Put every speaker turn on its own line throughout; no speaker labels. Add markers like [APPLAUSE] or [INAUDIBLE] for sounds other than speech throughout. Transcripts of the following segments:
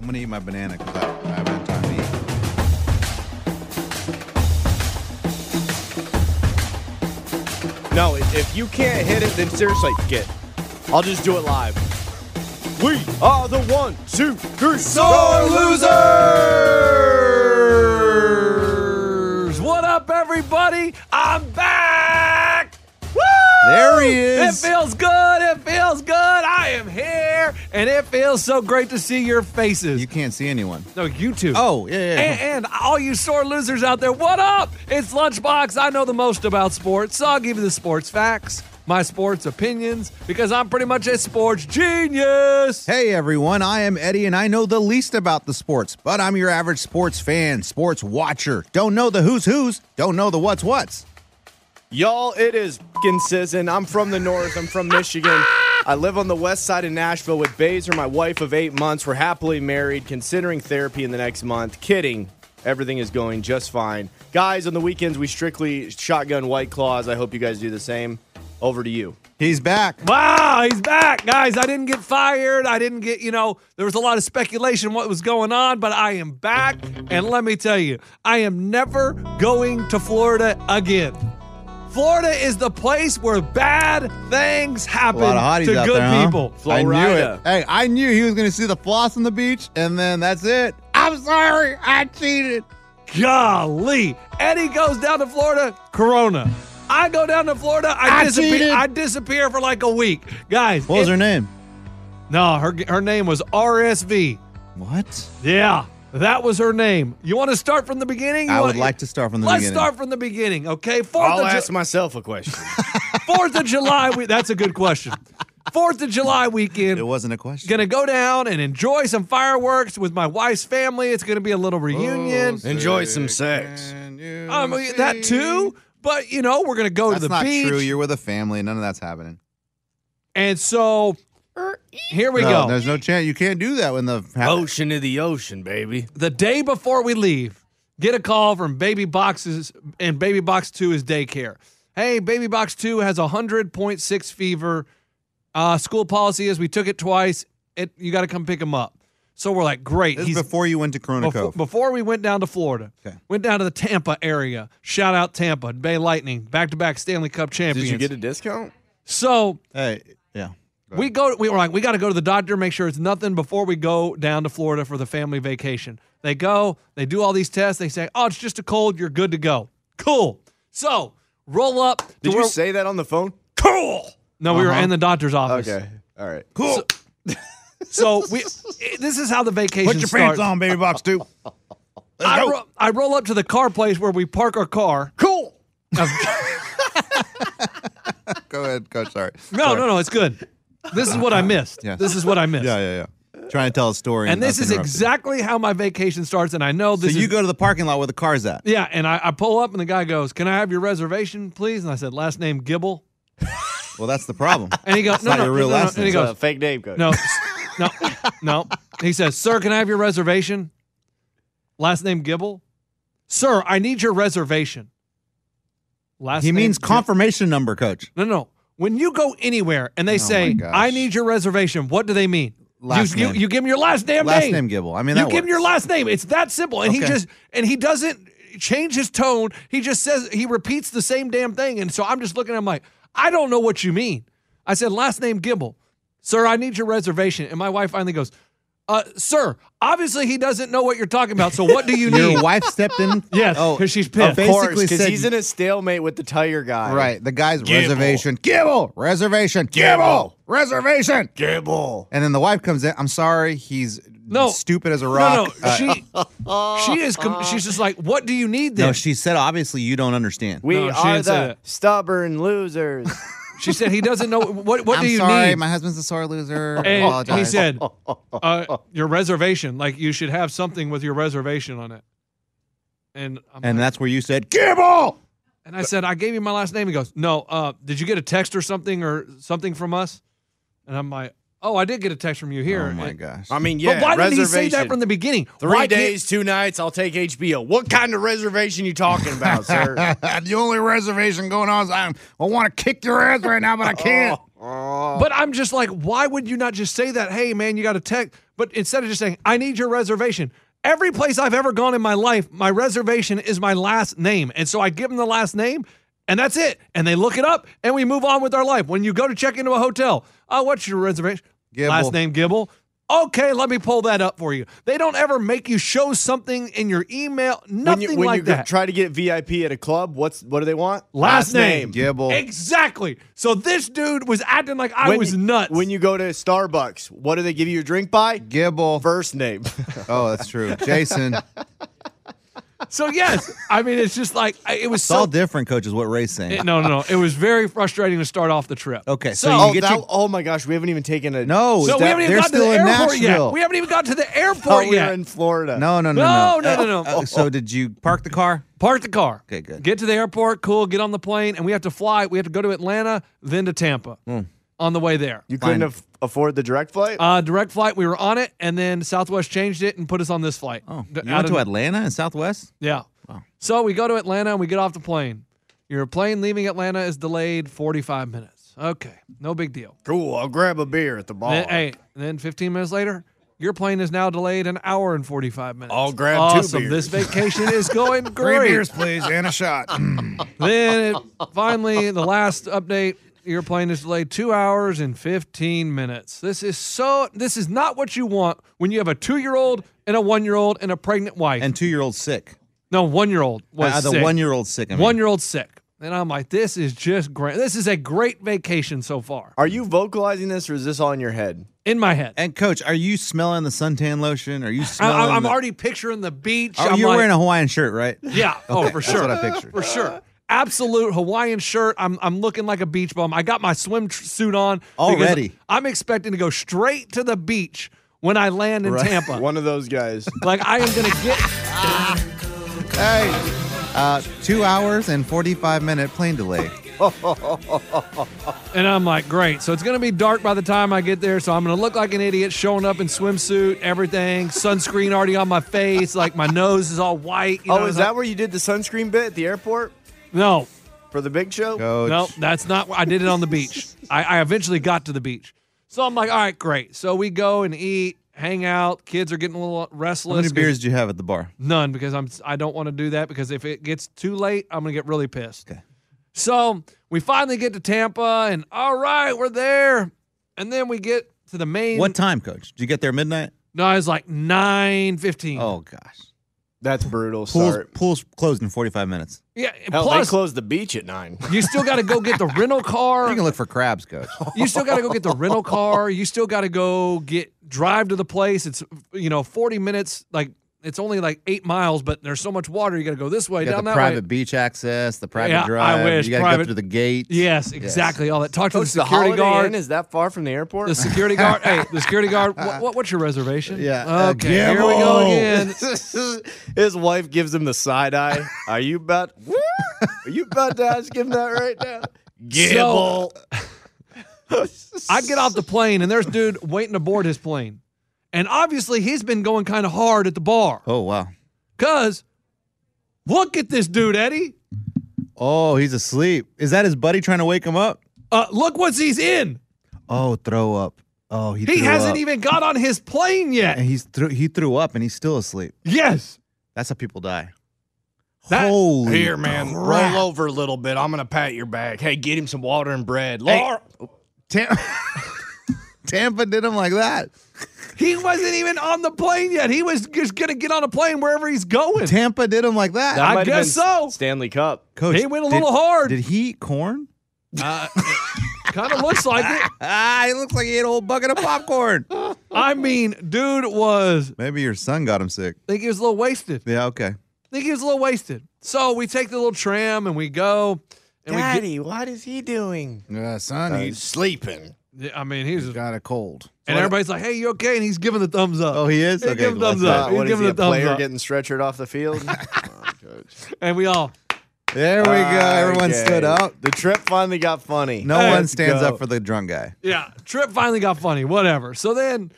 I'm gonna eat my banana because I, I haven't had time to eat.
No, if if you can't hit it, then seriously, get. I'll just do it live. We are the one, two, three, sore
losers.
What up, everybody? I'm back. Woo!
There he is.
It feels good. It feels good. I am here, and it feels so great to see your faces.
You can't see anyone.
no, you too.
Oh, yeah, yeah, yeah.
And, and all you sore losers out there, what up? It's Lunchbox. I know the most about sports, so I'll give you the sports facts, my sports opinions, because I'm pretty much a sports genius.
Hey everyone, I am Eddie and I know the least about the sports, but I'm your average sports fan, sports watcher. Don't know the who's who's, don't know the what's what's.
Y'all, it is f***ing season. I'm from the north. I'm from Michigan. I live on the west side of Nashville with Baser, my wife of eight months. We're happily married, considering therapy in the next month. Kidding. Everything is going just fine. Guys, on the weekends, we strictly shotgun White Claws. I hope you guys do the same. Over to you.
He's back.
Wow, he's back, guys. I didn't get fired. I didn't get, you know, there was a lot of speculation what was going on, but I am back. And let me tell you, I am never going to Florida again. Florida is the place where bad things
A
happen
lot of hotties
to
out
good
there, huh?
people.
I knew it.
Florida.
Hey, I knew he was gonna see the floss on the beach, and then that's it. I'm sorry, I cheated.
Golly. Eddie goes down to Florida, Corona. I go down to Florida, I,
I cheated.
disappear. I disappear for like a week. Guys,
What was
it-
her name?
No, her her name was RSV.
What?
Yeah, that was her name. You want to start from the beginning? You
I
wanna-
would like to start from the
Let's
beginning.
start from the beginning, okay? Fourth
I'll
of, Ju-
ask myself a
[LAUGHS]
question.
Fourth of July. We- that's a good question. Fourth of July
It
weekend.
wasn't a question.
Gonna go down and enjoy some fireworks with my wife's family. It's gonna be a little reunion.
Enjoy some sex.
I mean, Um, that too. But you know, we're gonna go
That's
to the
not
beach,
true. You're with a family. None of that's happening.
and so here we
no,
go. Oh,
There's no chance. You can't do that when the
Ocean to the ocean, baby.
the day before we leave, get a call from Baby Boxes and Baby Box 2 is daycare. Hey, Baby Box 2 has 100.6 fever. Uh, school policy is we took it twice. It you got to come pick him up. So we're like, great.
This is
He's-
before you went to Corona
before,
Cove.
before we went down to Florida,
Okay.
went down to the Tampa area. Shout out Tampa, Bay Lightning, back to back Stanley Cup
Did
champions.
you get a discount?
so
hey, yeah.
we go. We were like, we got to go to the doctor, make sure it's nothing before we go down to Florida for the family vacation. They go, they do all these tests. They say, oh, it's just a cold. You're good to go. Cool. So roll up. to
Did you
where-
say that on the phone? [LAUGHS]
cool? No, we were in the doctor's office.
Okay. All right.
Cool.
So we. [LAUGHS] it- This is how the vacation
Put your
starts.
pants on, baby box
[LAUGHS]
too.
I, ro- I roll up to the car place where we park our car.
Cool.
Go ahead, coach. Sorry.
No, no, no. It's good. This is what I missed.
Yes.
This is what I missed.
Yeah, yeah, yeah. Trying to tell a story.
And this
us
is
interrupting.
exactly how my vacation starts. And I know
So
this
you
is
go to the parking lot where the car's at.
Yeah, and I, I pull up and the guy goes, Can I have your reservation, please? And I said, [LAUGHS] Last name Gibble.
Well, that's the problem.
And he goes,
It's
no,
not
no,
your real
no, no,
last
And he
name.
It's
goes,
a fake name code.
no, no, no. He says, sir, can I have your reservation? Last name Gibble. Sir, I need your reservation. Last
he
name
means
Gib-
confirmation number, coach.
No, no. When you go anywhere and they
Oh, my
say,
gosh.
I need your reservation, what do they mean?
Last
you,
name.
you you give him your last damn
Last
name.
name Gibble. I mean,
you
that
give him your
works.
last name. It's that simple. And he
Okay.
just and he doesn't change his tone. He just says he repeats the same damn thing. And so I'm just looking at him like, I don't know what you mean. I said, last name Gibble. Sir, I need your reservation. And my wife finally goes, uh, sir, obviously he doesn't know what you're talking about. So what
[LAUGHS]
do you need?
Your wife stepped
[LAUGHS]
in.
Yes,
Oh,
'cause she's
oh,
pissed.
of course,
Basically
because
said,
he's in a stalemate with the tire guy.
right. The guy's reservation. Gibble. Reservation. Gibble. Reservation. Gibble. And then the wife comes in. I'm sorry. He's
No.
stupid as a
no,
rock.
no.
Uh, [LAUGHS]
she she is com- she's just like, what do you need then?
no, she said obviously you don't understand.
We
No, she
are
didn't say
the
that.
stubborn losers.
She said he doesn't know what what
I'm
do you
sorry.
need?
My husband's a sore loser. I
And
apologize.
he said,
[LAUGHS]
uh, "Your reservation, like you should have something with your reservation on it." And I'm
and
like-
that's where you said Gibble.
and I said, "I gave you my last name." He goes, "No, uh, did you get a text or something or something from us?" And I'm like, "Oh, I did get a text from you here."
Oh my
And-
gosh.
[LAUGHS]
[LAUGHS]
I mean, yeah.
But why didn't he say
reservation.
that from the beginning?
Three
Why can't-
days, two nights. I'll take HBO. What kind of reservation you talking about, [LAUGHS] sir?
the only reservation going on is I'm, I want to kick your ass right now,
[LAUGHS] Oh.
but I can't.
Oh,
But I'm just like, why would you not just say that? Hey, man, you got a text. But instead of just saying, I need your reservation. Every place I've ever gone in my life, my reservation is my last name. And so I give them the last name and that's it. And they look it up and we move on with our life. When you go to check into a hotel, oh, what's your reservation?
Gibble.
Last name Gibble. Okay, let me pull that up for you. They don't ever make you show something in your email.
when
Nothing
you, when
like
you go-
that.
try to get VIP at a club, what's what do they want?
Last name.
Gibble.
exactly. So this dude was acting like I
When
was
you-
nuts.
When you go to Starbucks, what do they give you a drink by?
Gibble.
First name. [LAUGHS]
Oh, that's true.
[LAUGHS]
Jason. It's
So yes, I mean it's just like I- it was so.
all different, coach, is what Ray's saying.
it- no, no, no. It was very frustrating to start off the trip.
Okay, so
so
you
oh,
get
that-
your-
oh my gosh, we haven't even taken a
No,
so
that-
we haven't even
they're
gotten to
still
the
in
airport
Nashville. Oh,
yet. We haven't even gotten to the
Thought
airport
we Oh, were
yet.
[LAUGHS]
in Florida.
No, no, no,
No,
no.
no, no, no.
Uh, so did you park the car?
Park the car.
Okay, good.
Get to the airport. Cool. Get on the plane, and we have to fly. We have to go to Atlanta, then to Tampa.
Hmm.
On the way there,
you couldn't
Fine.
af- afford the direct flight.
uh, direct flight. We were on it, and then Southwest changed it and put us on this flight.
Oh,
D-
you
out
went to
of-
Atlanta and Southwest?
Yeah. So we go to Atlanta and we get off the plane. Your plane leaving Atlanta is delayed 45 minutes. Okay, no big deal.
cool. I'll grab a beer at the bar.
Then, hey, then 15 minutes later, your plane is now delayed an hour and 45 minutes.
I'll grab two
awesome.
beers. [LAUGHS]
This vacation is going great.
please, and a shot.
Then it, finally, the last update. Your plane is delayed two hours and 15 minutes. This is so, this is not what you want when you have a two year old and a one year old and a pregnant
[CLEARS THROAT]
wife.
and two year old sick.
no, one year old was
Uh, the
sick.
one year old sick. I mean.
one year old sick. And I'm like, this is just great. This is a great vacation so far
Are you vocalizing this or is this all in your head?
in my head.
And coach, are you smelling the suntan lotion? Are you
I,
smelling?
I- I'm
the-
already picturing the beach.
Oh,
I'm
you're
like-
wearing a Hawaiian shirt, right?
[LAUGHS]
[LAUGHS]
Yeah. oh, for sure.
what I pictured.
For sure. Absolute Hawaiian shirt. I'm I'm looking like a beach bum. I got my swim tr- suit on because
Already.
I'm expecting to go straight to the beach when I land in
[LAUGHS]
Tampa.
Uh, One of those guys.
Like I am gonna get.
Hey, uh, two hours and forty-five minute plane delay.
And I'm like, great. So it's going to be dark by the time I get there. So I'm going to look like an idiot showing up in swimsuit, everything, sunscreen already on my face. Like my nose is all white. You know,
oh, is
it's
that
like-
where you did the sunscreen bit at the airport
No,
for the big show?
Coach,
no, that's not. where- I did it on
[LAUGHS]
the beach. I, I eventually got to the beach. So I'm like, all right, great. So we go and eat, hang out. Kids are getting a little restless.
how many
'cause-
beers did you have at the bar?
None, because I'm I don't want to do that because if it gets too late, I'm gonna get really pissed. So we finally get to Tampa, and all right, we're there. And then we get to the main.
What time, coach? Did you get there midnight?
No, it's like nine fifteen.
Oh gosh,
That's brutal.
pool's,
Sorry.
pool's closed in forty-five minutes.
yeah. and
Hell,
plus,
they closed the beach at
[LAUGHS]
nine.
you still got to
[LAUGHS]
go get the rental
You can
car.
look for crabs,
[LAUGHS]
coach.
You still got to go get the rental car. You still got to go get drive to the place. It's you know forty minutes. Like it's only like eight miles, but there's so much water. You got to go this
You
way
got
down
the
that
private
way.
beach access, the private
Yeah, I
drive.
wish.
You got to
Private-
go through the gate.
Yes, exactly. All that. Talk to
Coach,
the
Oh, the Holiday
security guard.
Inn is that far from the airport?
The security guard. hey, the security guard. What, what, what's your reservation?
Yeah, uh,
Okay. here we go
Gibbo.
[LAUGHS]
again.
His wife gives him the side
[LAUGHS]
eye. Are you about? Are you about to ask him that right now?
So, [LAUGHS] I get off the plane and there's a dude waiting to board his plane. And obviously he's been going kind of hard at the bar.
Oh wow.
Cause look at this dude, Eddie.
Oh, he's asleep. Is that his buddy trying to wake him up?
Uh, look what he's in.
Oh, throw up. Oh, he.
He
threw
hasn't
up.
even got on his plane
And [LAUGHS]
yet.
he's threw, he threw up and he's still asleep.
Yes.
That's how people die.
That-
Holy
Here, man.
crap.
Roll over a little bit. I'm gonna pat your back. Hey, get him some water and bread. Laura-
Tam- [LAUGHS] Tampa did him like that.
He wasn't even on the plane yet. He was just gonna get on a plane wherever he's going.
Tampa did him like that.
That
I
might have
guess
been
so.
Stanley Cup.
Coach,
he went a
did-
little hard.
Did he eat corn?
kind of looks
[LAUGHS]
like it.
Ah, he looks like he ate a whole bucket of
[LAUGHS]
popcorn.
I mean, dude was I
Maybe your son got him sick.
think he was a little wasted.
Yeah, okay.
think he was a little wasted. So we take the little tram and we go. And
what is he doing?
Yeah, son,
He's sleeping.
we get, I mean, he's and
got a cold.
everybody's like, "Hey, you okay?" And he's giving the thumbs up.
Oh, he is?
He's
Okay,
giving
well,
thumbs
that's
up.
Uh,
He's
what is
giving
he, a
the thumbs
player
up.
getting stretchered off the field? Come on, coach.
and we all
There we go. Everyone
Okay.
stood up.
The trip finally got funny.
No
Hey,
one
let's
stands
go.
up for the drunk guy.
Yeah, trip finally got funny. Whatever. So then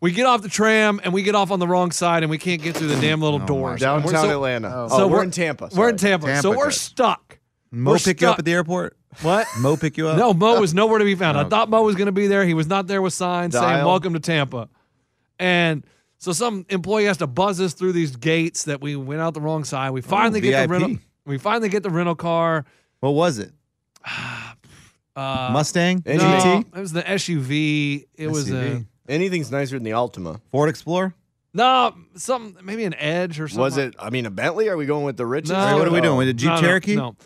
we get off the tram and we get off on the wrong side and we can't get through the damn
Oh
little doors. And we're-
Downtown
so-
Atlanta. Oh,
so
we're, in Tampa.
We're
sorry.
in Tampa.
Tampa,
so we're
guys.
stuck.
Mo
We're
pick you up
stuck.
at the airport?
What?
Mo pick you up?
No, Mo was nowhere to be found. I thought Mo was going to be there. He was not there with signs saying
Dial.
"Welcome to Tampa," and so some employee has to buzz us through these gates that we went out the wrong side. We finally get the
VIP.
rental. We finally get the rental car.
What was
[SIGHS]
it?
Uh,
Mustang?
Any-
no,
GT?
it was the SUV. It was a
SUV.
Anything's nicer than the Altima.
Ford Explorer?
no, some maybe an Edge or something.
Was it? I mean, a Bentley? Are we going with the riches?
No.
what are we
Oh.
doing? With a Jeep
No, no,
Cherokee?
No,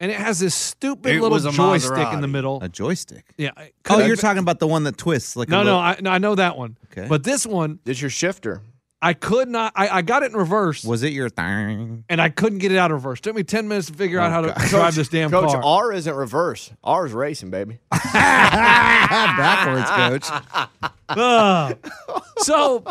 and it has this stupid
It
little
was a
joystick in the
Maserati.
middle.
A joystick.
yeah. it
Oh,
could've
you're
been-
talking about the one that twists like
No,
a
no,
little-
I, no, I know that one.
Okay.
But this one,
It's your shifter.
I could not. I, I got it in reverse.
was it your
[LAUGHS]
thing?
and I couldn't get it out of reverse. Took me ten minutes to figure
Oh,
out how to
Okay.
drive this damn
Coach,
car.
R isn't reverse. R is racing, baby.
Backwards, coach.
Ugh. so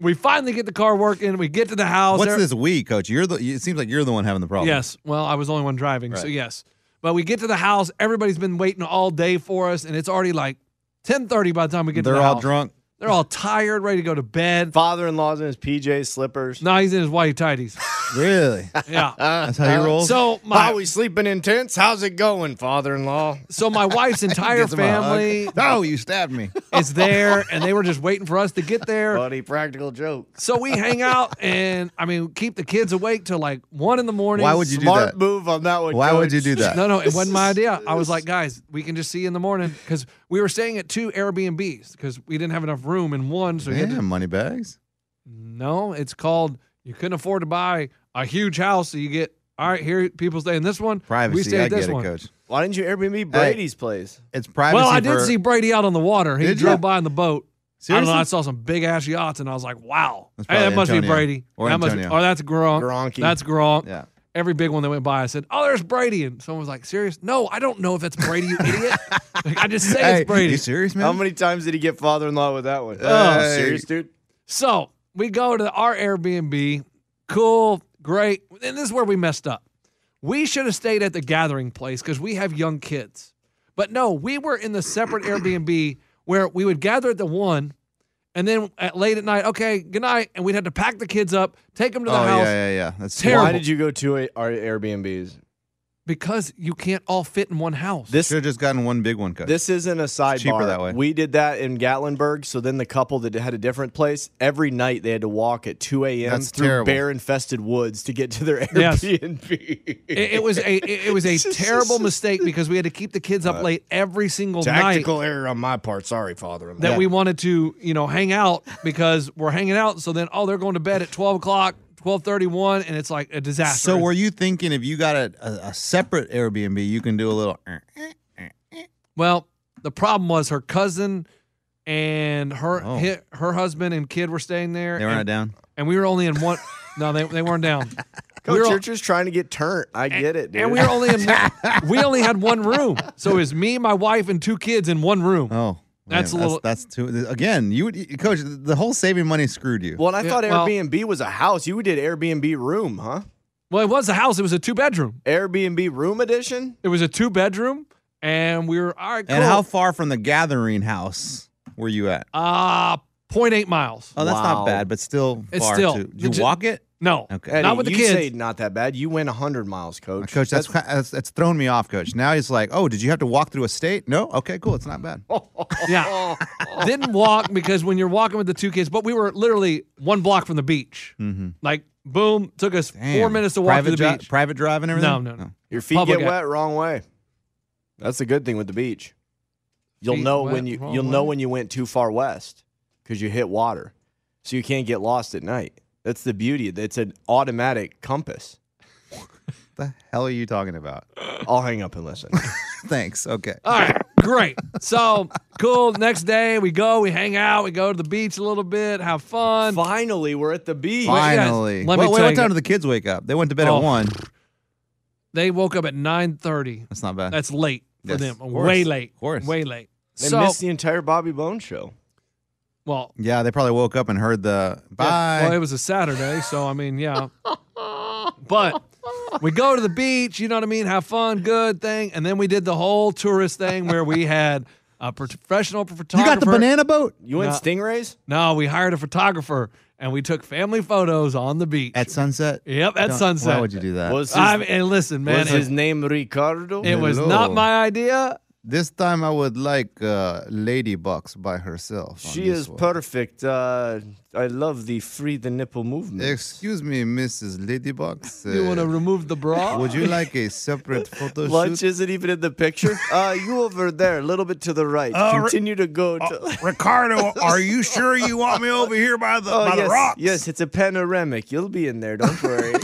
we finally get the car working. We get to the
[LAUGHS]
house.
What's
There-
this we, coach? You're the it seems like you're the one having the problem.
Yes. Well, I was the only one driving, so yes. But we get to the house. Everybody's been waiting all day for us, and it's already like ten thirty by the time we get
They're
to the
all
house.
drunk.
They're all tired, ready to go to bed.
Father-in-law's in his PJ slippers.
Now he's in his whitey tighties.
Really?
Yeah.
[LAUGHS] That's
[LAUGHS]
how you roll?
Uh, so my
How we sleeping intense? How's it going, father-in-law?
so
[LAUGHS]
my wife's entire
Gives him a hug.
family
Oh, you stabbed me.
is there, and they were just waiting for us to get
[LAUGHS]
there.
Buddy, practical jokes.
So we hang out and I mean keep the kids awake till like one in the morning.
Why would you do
Smart
that?
move on that one.
Why would you
Coach.
do that?
No, no, it wasn't my idea. I was like, guys, we can just see you in the morning because we were staying at two Airbnbs because we didn't have enough room in one. So we had to-
Damn, money bags.
no, it's called you couldn't afford to buy a huge house, so you get all right. Here, people stay in this one. we
Privacy.
stay
I
at this
get it,
one.
coach.
Why didn't you Airbnb Brady's place?
It's privacy.
Well, I did
for-
see Brady out on the water. He
Did
drove
ya?
by in the boat. I
Seriously?
don't know. I saw some big ass yachts, and I was like, "Wow,
That's
hey, that
probably
must be
Antonio.
Brady,
Or
that must be,
Antonio.
or that's Gronk,
Gronky.
that's Gronk."
Yeah.
every big one that went by, I said, "Oh, there's Brady," and someone was like, "Serious? No, I don't know if that's Brady, you
[LAUGHS]
idiot. Like, I just say
Hey,
it's Brady."
You serious, man?
How many times did he get father-in-law with that one?
Uh,
Oh, serious, dude.
So we go to our Airbnb. Cool, great, and this is where we messed up. We should have stayed at the gathering place because we have young kids, but no, we were in the separate Airbnb where we would gather at the one. And then at late at night, okay, good night. And we'd have to pack the kids up, take them to
oh
the house,
yeah, yeah, yeah. That's
Terrible.
Why did you go to a, our Airbnbs?
because you can't all fit in one house.
This
Should have just gotten one big one, coach.
this isn't a sidebar.
cheaper that way.
We did that in Gatlinburg. So then the couple that had a different place every night they had to walk at 2 a.m.
That's
through
terrible.
bear infested woods to get to their [LAUGHS]
Yes.
Airbnb.
It, it was a it, it
[LAUGHS]
was a terrible mistake because we had to keep the kids
Uh,
up late every single night
Tactical error on my part. Sorry, father.
that we wanted to you know hang out because we're hanging out. So then oh they're going to bed at twelve o'clock, twelve thirty one, and it's like a disaster.
So were you thinking if you got a, a, a separate Airbnb, you can do a little? eh, eh.
well, the problem was her cousin and her
Oh.
hi her husband and kid were staying there,
They were
and,
not down.
and we were only
[LAUGHS]
in one. no, they they weren't down.
Coach,
we were-
you're just trying to get turned. I get it, dude.
And we were only
[LAUGHS]
in one, we only had one room, so it was me, my wife, and two kids in one room.
Oh,
That's a little-
That's, that's too. Again, you would, coach. The whole saving money screwed you.
well, and I
Yeah,
thought
well-
Airbnb was a house. You did Airbnb room, huh?
Well, it was a house; it was a two bedroom.
Airbnb room edition?
It was a two bedroom, and we were all right. Cool.
And how far from the gathering house were you at?
Uh, 0.8 miles.
Oh, that's
Wow.
not bad, but still
It's
far
still-
too. Did you
Ju-
walk it?
No,
Okay.
Eddie,
not with the
you
kids.
say not that bad. You win 100 miles, coach.
Coach, that's, that's that's that's thrown me off, coach. Now he's like, "Oh, did you have to walk through a state?" No. Okay, cool. It's not
Oh,
bad. [LAUGHS]
Yeah.
Oh.
Didn't walk because when you're walking with the two kids, but we were literally one block from the beach. Mm-hmm. Like, boom, took us four
Damn.
minutes to walk
private
to the
dri-
beach.
Private drive and everything?
No, no, no.
your feet
public
get
act.
wet wrong way. That's a good thing with the beach. You'll
Feet
know
wet
when you
wrong
you'll know
way?
when you went too far west because you hit water, so you can't get lost at night. That's the beauty. It's an automatic compass.
What the hell are you talking about? [LAUGHS]
I'll hang up and listen.
Thanks. Okay.
All right, great. So cool. Next day, we go, we hang out, we go to the beach a little bit, have [LAUGHS] fun.
Finally, we're at the beach.
Fine.
Finally.
Let me
Wait, wait,
tell
what
you-
time did the kids wake up? They went to bed
Oh.
at one.
They woke up at nine thirty.
That's not bad.
That's late
Uh,
for
Yes,
them.
of course,
Way late.
of course.
Way late.
They
so,
missed the entire Bobby Bones show.
well,
yeah, they probably woke up and heard the bye.
Yeah, well, it was a Saturday, so I
[LAUGHS]
mean, yeah. but we go to the beach, you know what I mean? Have fun, good thing. And then we did the whole tourist thing where we had a professional photographer.
you got the banana boat
You went
No.
stingrays?
No, we hired a photographer and we took family photos on the beach.
at sunset.
yep, at
Don't-
sunset.
Why would you do that?
Was his,
I mean, and listen, man,
was his
it,
name Ricardo?
it was
Hello.
not my idea.
This time I would like uh, Lady Bucks by herself. on
she
this
is
one.
perfect. Uh, I love the free the nipple movement.
Excuse me, Mrs. Lady Bucks.
You
uh,
want to remove the bra?
Would you like a separate
[LAUGHS]
photo
Lunch
shoot?
isn't even in the
[LAUGHS]
picture. Uh, you over there, a little bit to the right.
Uh,
Continue to go. To,
[LAUGHS]
oh,
Ricardo, are you sure you want me over here by the
Oh,
by the
Oh, yes,
rocks?
yes, it's a panoramic. You'll be in there. Don't
[LAUGHS]
worry.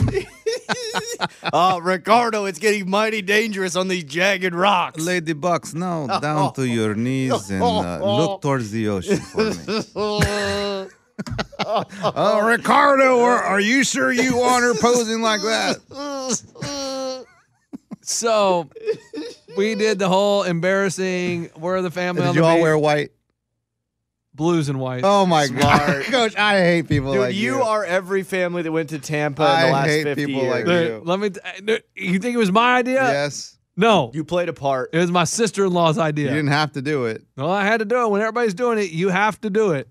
oh, Ricardo, it's getting mighty dangerous on these jagged rocks.
[LAUGHS] Lady Bucks, now
[LAUGHS]
down to your knees and uh, look towards the ocean for me.
[LAUGHS] Uh, Ricardo, are, are you sure you want her?
Posing like that.
so we did the whole embarrassing. We're the family. on
[LAUGHS] Did
the
you all
beach,
wear white?
blues and whites?
Oh my
Smart.
god, [LAUGHS] Coach! I hate people
Dude,
like
you,
you.
are every family that went to Tampa in
I
the last
hate
50
people
years.
like
Dude,
you.
Let me. T- dude, you think it was my idea?
Yes,
No,
you played a part.
it was my sister in law's idea.
you didn't have to do it.
no, I had to do it. When everybody's doing it, you have to do it.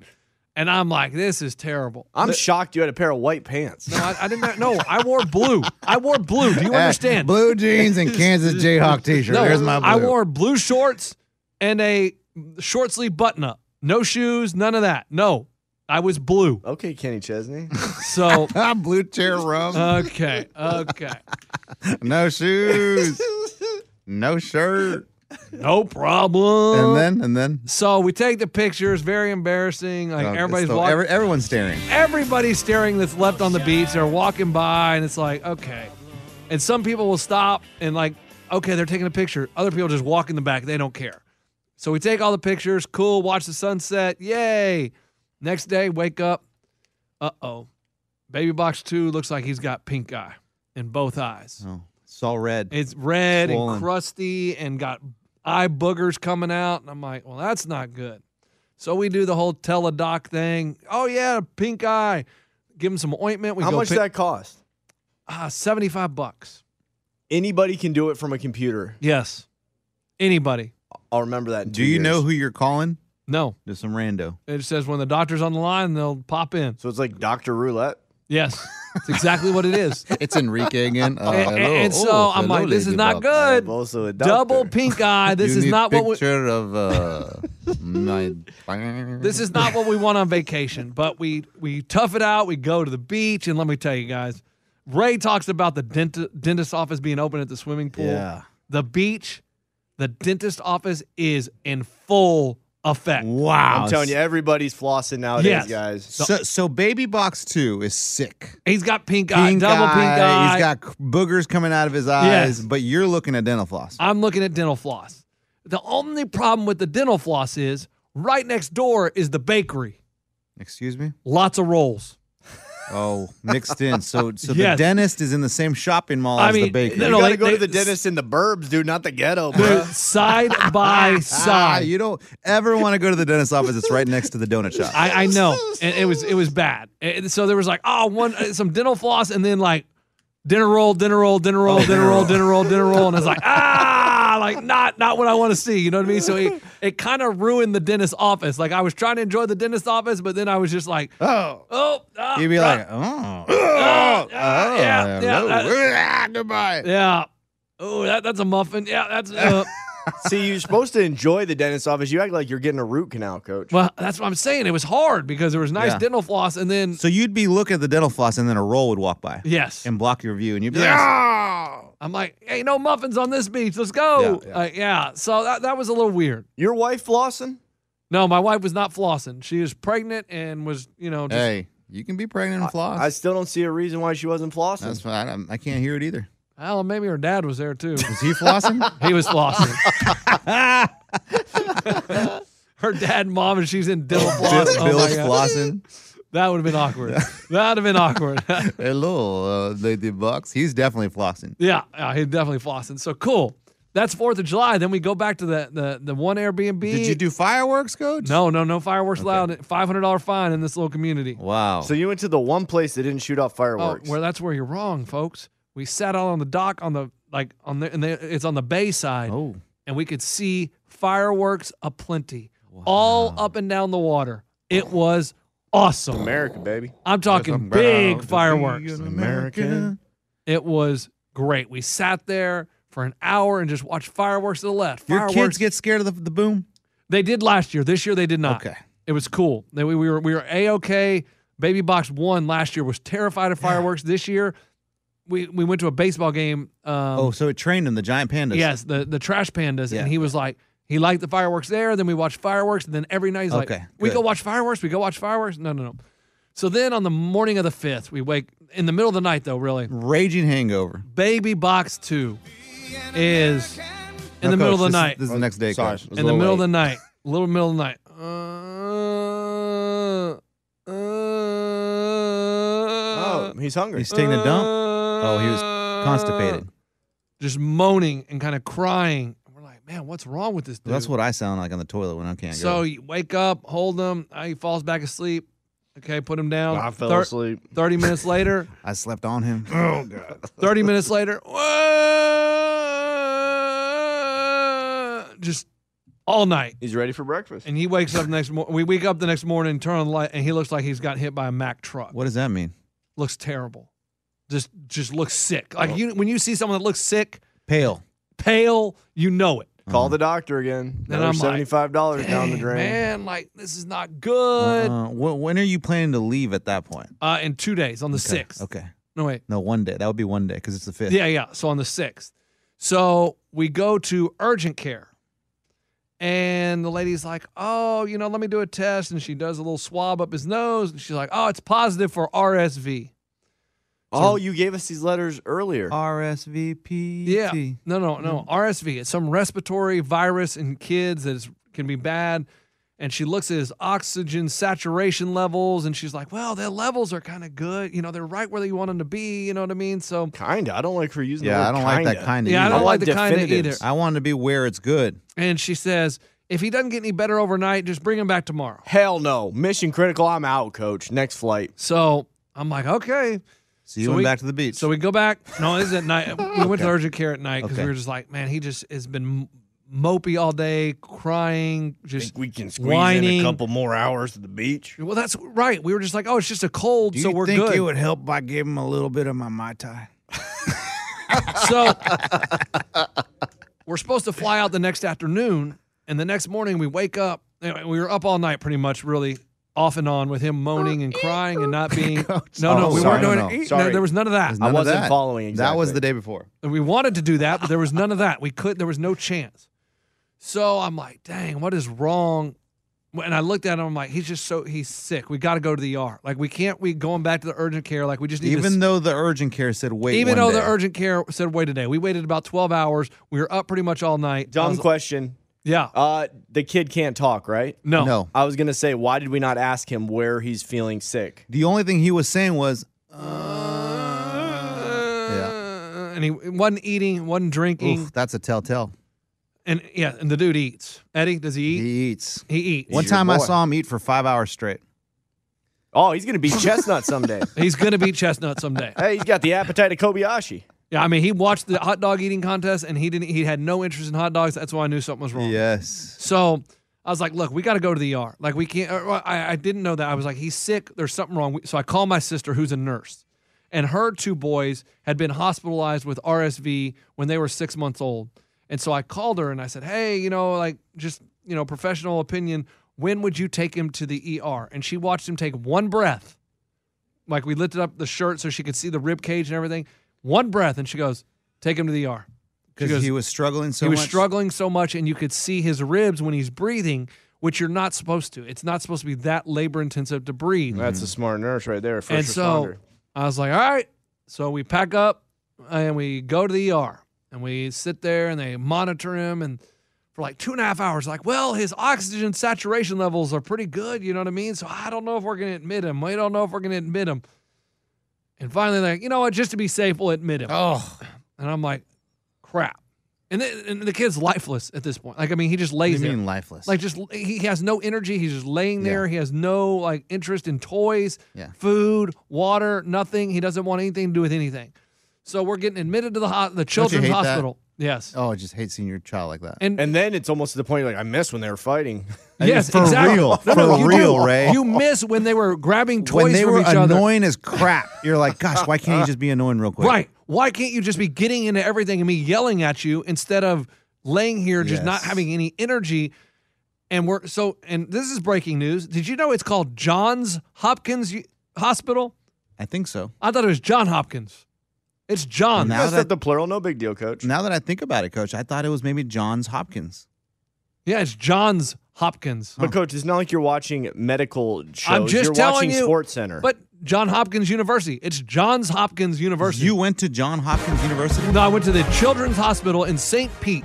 And I'm like, this is terrible.
I'm shocked you had a pair of white pants.
No, I, I didn't. have- No, I wore blue. I wore blue.
[LAUGHS]
Do you
Eh,
understand?
blue jeans
[LAUGHS]
and Kansas Jayhawk T-shirt.
No,
There's my blue.
I wore blue shorts and a short sleeve button up. No shoes, none of that. No, I was blue.
Okay, Kenny Chesney.
[LAUGHS]
So
Ah, [LAUGHS] blue chair rum.
Uh. okay, okay,
no
[LAUGHS]
shoes. no shirt.
no problem.
And then and then.
so we take the pictures. Very embarrassing. Like
Oh,
everybody's
so
walking.
every- everyone's staring.
everybody's staring that's left on the beach. They're walking by, and it's like, okay. And some people will stop and like, okay, they're taking a picture. Other people just walk in the back. They don't care. So we take all the pictures. Cool. Watch the sunset. Yay. Next day, wake up. Uh oh. Baby box two looks like he's got pink eye in both eyes.
Oh, it's all red.
It's red
Swollen.
and crusty and got eye boogers coming out. And I'm like, well, that's not good. So we do the whole teledoc thing. Oh, yeah, pink eye. Give him some ointment. [LAUGHS] We
How
go
much
pick,
that cost?
Ah, 75 bucks.
Anybody can do it from a computer.
Yes. Anybody.
I'll remember that. in
Do
two
you know
years.
who you're calling?
No.
Just some rando.
It says when the doctor's on the line, they'll pop in.
So it's like Doctor Roulette.
Yes. That's exactly what
[LAUGHS]
it is.
It's Enrique again. Uh,
[LAUGHS] and,
hello.
and so
Oh,
I'm
hello,
like, this is
Lady
not
Buck.
good.
I'm also a doctor.
Double pink eye. This
You
is
need
not what we
picture of
[LAUGHS]
uh, my.
This is not what we want on vacation, but we we tough it out. We go to the beach, and let me tell you guys, Ray talks about the denti- dentist office being open at the swimming pool.
Yeah.
The beach, the dentist office is in full effect.
wow.
I'm telling you, everybody's flossing nowadays,
Yes.
guys.
So, so baby box two is sick.
He's got pink, eye, double pink eye.
He's got boogers coming out of his eyes,
Yes.
but you're looking at dental floss.
I'm looking at dental floss. The only problem with the dental floss is right next door is the bakery.
Excuse me.
Lots
[LAUGHS]
of rolls.
Oh, mixed in. So, so
Yes.
the dentist is in the same shopping mall
I
as the
mean,
baker.
no,
You
no,
gotta
they-
go to the
they-
dentist in the burbs, dude, not the
[LAUGHS]
ghetto.
Dude,
bruh.
side by
Ah,
side.
you don't ever want to go to the dentist office. It's right next to the donut shop.
I, I know, and it was it was bad. And so there was like oh one uh, some dental
Oh, [LAUGHS]
floss, and then like dinner roll, dinner roll, dinner roll, dinner roll, dinner roll, dinner roll, and I was like ah like not not what I want to see. You know what I mean?
[LAUGHS]
So it, it kind of ruined the dentist office. Like I was trying to enjoy the dentist office, but then I was just like, oh, oh, ah,
You'd be
ah,
like,
[LAUGHS]
oh, oh,
ah, yeah, Uh, yeah,
hello. Ah, goodbye.
yeah. Oh, that, that's a muffin. Yeah,
[LAUGHS]
that's uh,
See, you're supposed to enjoy the dentist's office. You act like you're getting a root canal, coach.
well, that's what I'm saying. It was hard because there was nice
Yeah.
dental floss, and then
So you'd be looking at the dental floss, and then a roll would walk by
yes,
and block your view, and you'd be
I'm like, ain't no muffins on this beach. Let's go.
Yeah,
Yeah,
yeah.
yeah. so that that was a little weird.
Your wife flossing?
No, my wife was not flossing. She is pregnant and was, you know,
like,
just
"Hey, you can be pregnant and floss."
I still don't see a reason why she wasn't flossing.
That's fine. I, don't- I can't hear it either.
I don't know, maybe her dad was there too.
Is he flossing?
[LAUGHS] He
[LAUGHS]
was flossing. her dad, and mom, and she's
[LAUGHS]
in dental floss.
Bill-
Oh my
Bill's
God.
flossing.
That would have
[LAUGHS]
been awkward. That'd have been awkward. [LAUGHS]
Hello, uh, Lady Bucks. He's definitely flossing.
yeah, yeah, he's definitely flossing. So cool. That's Fourth of July. Then we go back to the the, the one Airbnb.
Did you do fireworks, coach?
No, no, no fireworks allowed. Five hundred dollar fine in this little community.
Wow.
so you went to the one place that didn't shoot off
Oh,
fireworks.
well, that's where you're wrong, folks. We sat out on the dock on the like on the and the, it's on the bay side,
oh.
and we could see fireworks aplenty, all
Wow. Oh.
up and down the water. It was awesome.
America, baby.
I'm talking big fireworks.
American.
It was great. We sat there for an hour and just watched fireworks to the left.
Your
Fireworks.
kids get scared of the, the boom?
they did last year. This year they did not.
Okay.
It was cool. They- We, we were we were a okay. Baby box one last year was terrified of fireworks. This year, we we went to a baseball game. Um,
oh, so it trained them, the giant pandas.
yes, the the trash pandas,
Yeah.
and he was like he liked the fireworks there. Then we watched fireworks, and then every night he's like,
Okay,
"We
good.
go watch fireworks. We go watch fireworks." No, no, no. So then on the morning of the fifth, we wake in the middle of the night though. Really,
Raging hangover.
baby box two is in the
No,
middle
coach,
of the
this is-
night.
This is the next day,
Sorry.
coach.
It was a
in the
little
middle of
[LAUGHS]
late.
the night, little middle of the night. Uh, uh,
Oh, he's hungry.
He's taking a
Uh,
dump. Oh, he was Constipated.
Just moaning and kind of crying. We're like, man, what's wrong with this dude?
That's what I sound like on the toilet when I can't
So
go.
you wake up, hold him. uh, He falls back asleep. Okay, put him down.
I fell
Thir-
asleep.
Thirty
[LAUGHS]
minutes later.
I slept on him.
[LAUGHS] Thirty minutes later. "Whoa!" Just all night.
He's ready for breakfast.
And he wakes up the next morning. We wake up the next morning, turn on the light, and he looks like he's got hit by a Mack truck.
What does that mean?
Looks terrible. Just just looks sick. Like
Oh.
you when you see someone that looks sick,
Pale.
pale, you know it.
Mm.
Call the doctor again.
Then
Another
I'm like,
seventy-five dollars down the
Dang,
drain.
Man, like this is not good.
Uh, wh- when are you planning to leave at that point?
Uh, in two days on the
Okay,
sixth.
Okay.
No wait.
No, one day. That would be one day because it's the fifth.
Yeah, yeah. So on the sixth. So we go to urgent care. And the lady's like, oh, you know, let me do a test. And she does a little swab up his nose. And she's like, oh, it's positive for RSV.
Oh, you gave us these letters earlier.
Oh. RSVP.
Yeah. No, no, no. RSV. It's some respiratory virus in kids that is, can be bad. And she looks at his oxygen saturation levels and she's like, well, their levels are kind of good. You know, they're right where you want them to be. You know what I mean? So,
Kinda. I don't like her using.
Yeah, I
the word
don't like that kind of.
yeah, I don't
I
like
want
the kind of either.
definitives.
I want to be where it's good.
And she says, if he doesn't get any better overnight, just bring him back tomorrow.
Hell no. Mission critical. I'm out, coach. Next flight.
So I'm like, okay.
So you
So
went
we-
back to the beach.
So we go back. No, this is
[LAUGHS]
at night. We went to urgent care at night because
Okay.
we were just like, man, he just has been mopey all day, crying, just
Think we can squeeze
whining.
in a couple more hours to the beach.
Well, that's right. We were just like, oh, it's just a cold,
Do you
so we're
think
good.
it would [LAUGHS] help if I gave him a little bit of my mai tai?
[LAUGHS] so we're supposed to fly out the next afternoon, and the next morning we wake up. Anyway, we were up all night, pretty much, really off and on with him moaning and crying and not being. No, no,
Oh,
we
sorry,
weren't doing
no,
it. No,
sorry.
there was none of that.
There's none of
wasn't
that.
following
That was
exactly.
the day before.
And we wanted to do that, but there was none of that. We could. There was no chance. So I'm like, dang, what is wrong? And I looked at him. I'm like, he's just so he's sick. We got to go to the ER. Like we can't. We going back to the urgent care. Like we just need. to
Even though the urgent care said wait.
even
one
though
day.
the urgent care said wait a day, we waited about 12 hours. We were up pretty much all night. I
Dumb
was-
question.
Yeah.
Uh, the kid can't talk, right?
No.
No.
I was gonna say, why did we not ask him where he's feeling sick?
The only thing he was saying was,
Uh, And he wasn't eating, wasn't drinking.
"Oof, that's a telltale."
And yeah, and the dude eats. Eddie, does he eat?
He eats.
He, eats.
One
your
time I
boy.
saw him eat for five hours straight. [LAUGHS]
Oh, he's gonna be chestnut someday.
He's going to be chestnut someday.
Mm-hmm.
hey, he's got the appetite of Kobayashi.
Yeah, I mean, he watched the hot dog eating contest and he didn't. He had no interest in hot dogs. That's why I knew something was wrong.
Yes.
So I was like, look, we got to go to the ER. Like, we can't. or, or, I, I didn't know that. I was like, he's sick. There's something wrong. We- So I called my sister, who's a nurse, and her two boys had been hospitalized with RSV when they were six months old. And so I called her and I said, hey, you know, like, just, you know, professional opinion, when would you take him to the ER? And she watched him take one breath. Like, we lifted up the shirt so she could see the rib cage and everything. One breath. And she goes, take him to the ER. She
Because
goes,
he was struggling so
he was
much.
struggling so much, and you could see his ribs when he's breathing, which you're not supposed to. It's not supposed to be that labor intensive to breathe.
That's a smart nurse right there. First
and so
responder.
I was like, all right. So we pack up and we go to the ER and we sit there and they monitor him and for like two and a half hours, like, well, his oxygen saturation levels are pretty good, you know what I mean? So I don't know if we're gonna admit him. We don't know if we're gonna admit him. And finally, they're like, you know what, just to be safe, we'll admit him.
Oh,
And I'm like, crap. And the, and the kid's lifeless at this point. Like, I mean, he just
what do you
lays there.
mean lifeless?
Like, just he has no energy. He's just laying
Yeah.
there. He has no like interest in toys,
Yeah.
food, water, nothing. He doesn't want anything to do with anything. So we're getting admitted to the ho- the children's
hate that?
hospital. Yes.
oh, I just hate seeing your child like that.
And,
And then it's almost to the point like I miss when they were fighting.
yes,
for
exactly.
real,
No, no,
for
you do.
real, Ray.
You miss when they were grabbing toys
when they
from
were
each other.
annoying as crap, you're like, gosh, why can't you just
[LAUGHS]
be annoying real quick?
Right. Why can't you just be getting into everything and me yelling at you instead of laying here just not
Yes.
having any energy? And we're so, and this is breaking news. Did you know it's called Johns Hopkins U- Hospital?
I think so.
I thought it was John Hopkins. It's John.
Now
[LAUGHS] That's not
that-
the plural. No big deal, coach.
Now that I think about it, Coach, I thought it was maybe Johns Hopkins.
yeah, it's Johns Hopkins.
But coach, it's not like you're watching medical shows.
I'm just
you're
telling
watching
you.
Sports Center.
But John Hopkins University. It's Johns Hopkins University.
You went to John Hopkins University.
No, I went to the Children's Hospital in St. Pete.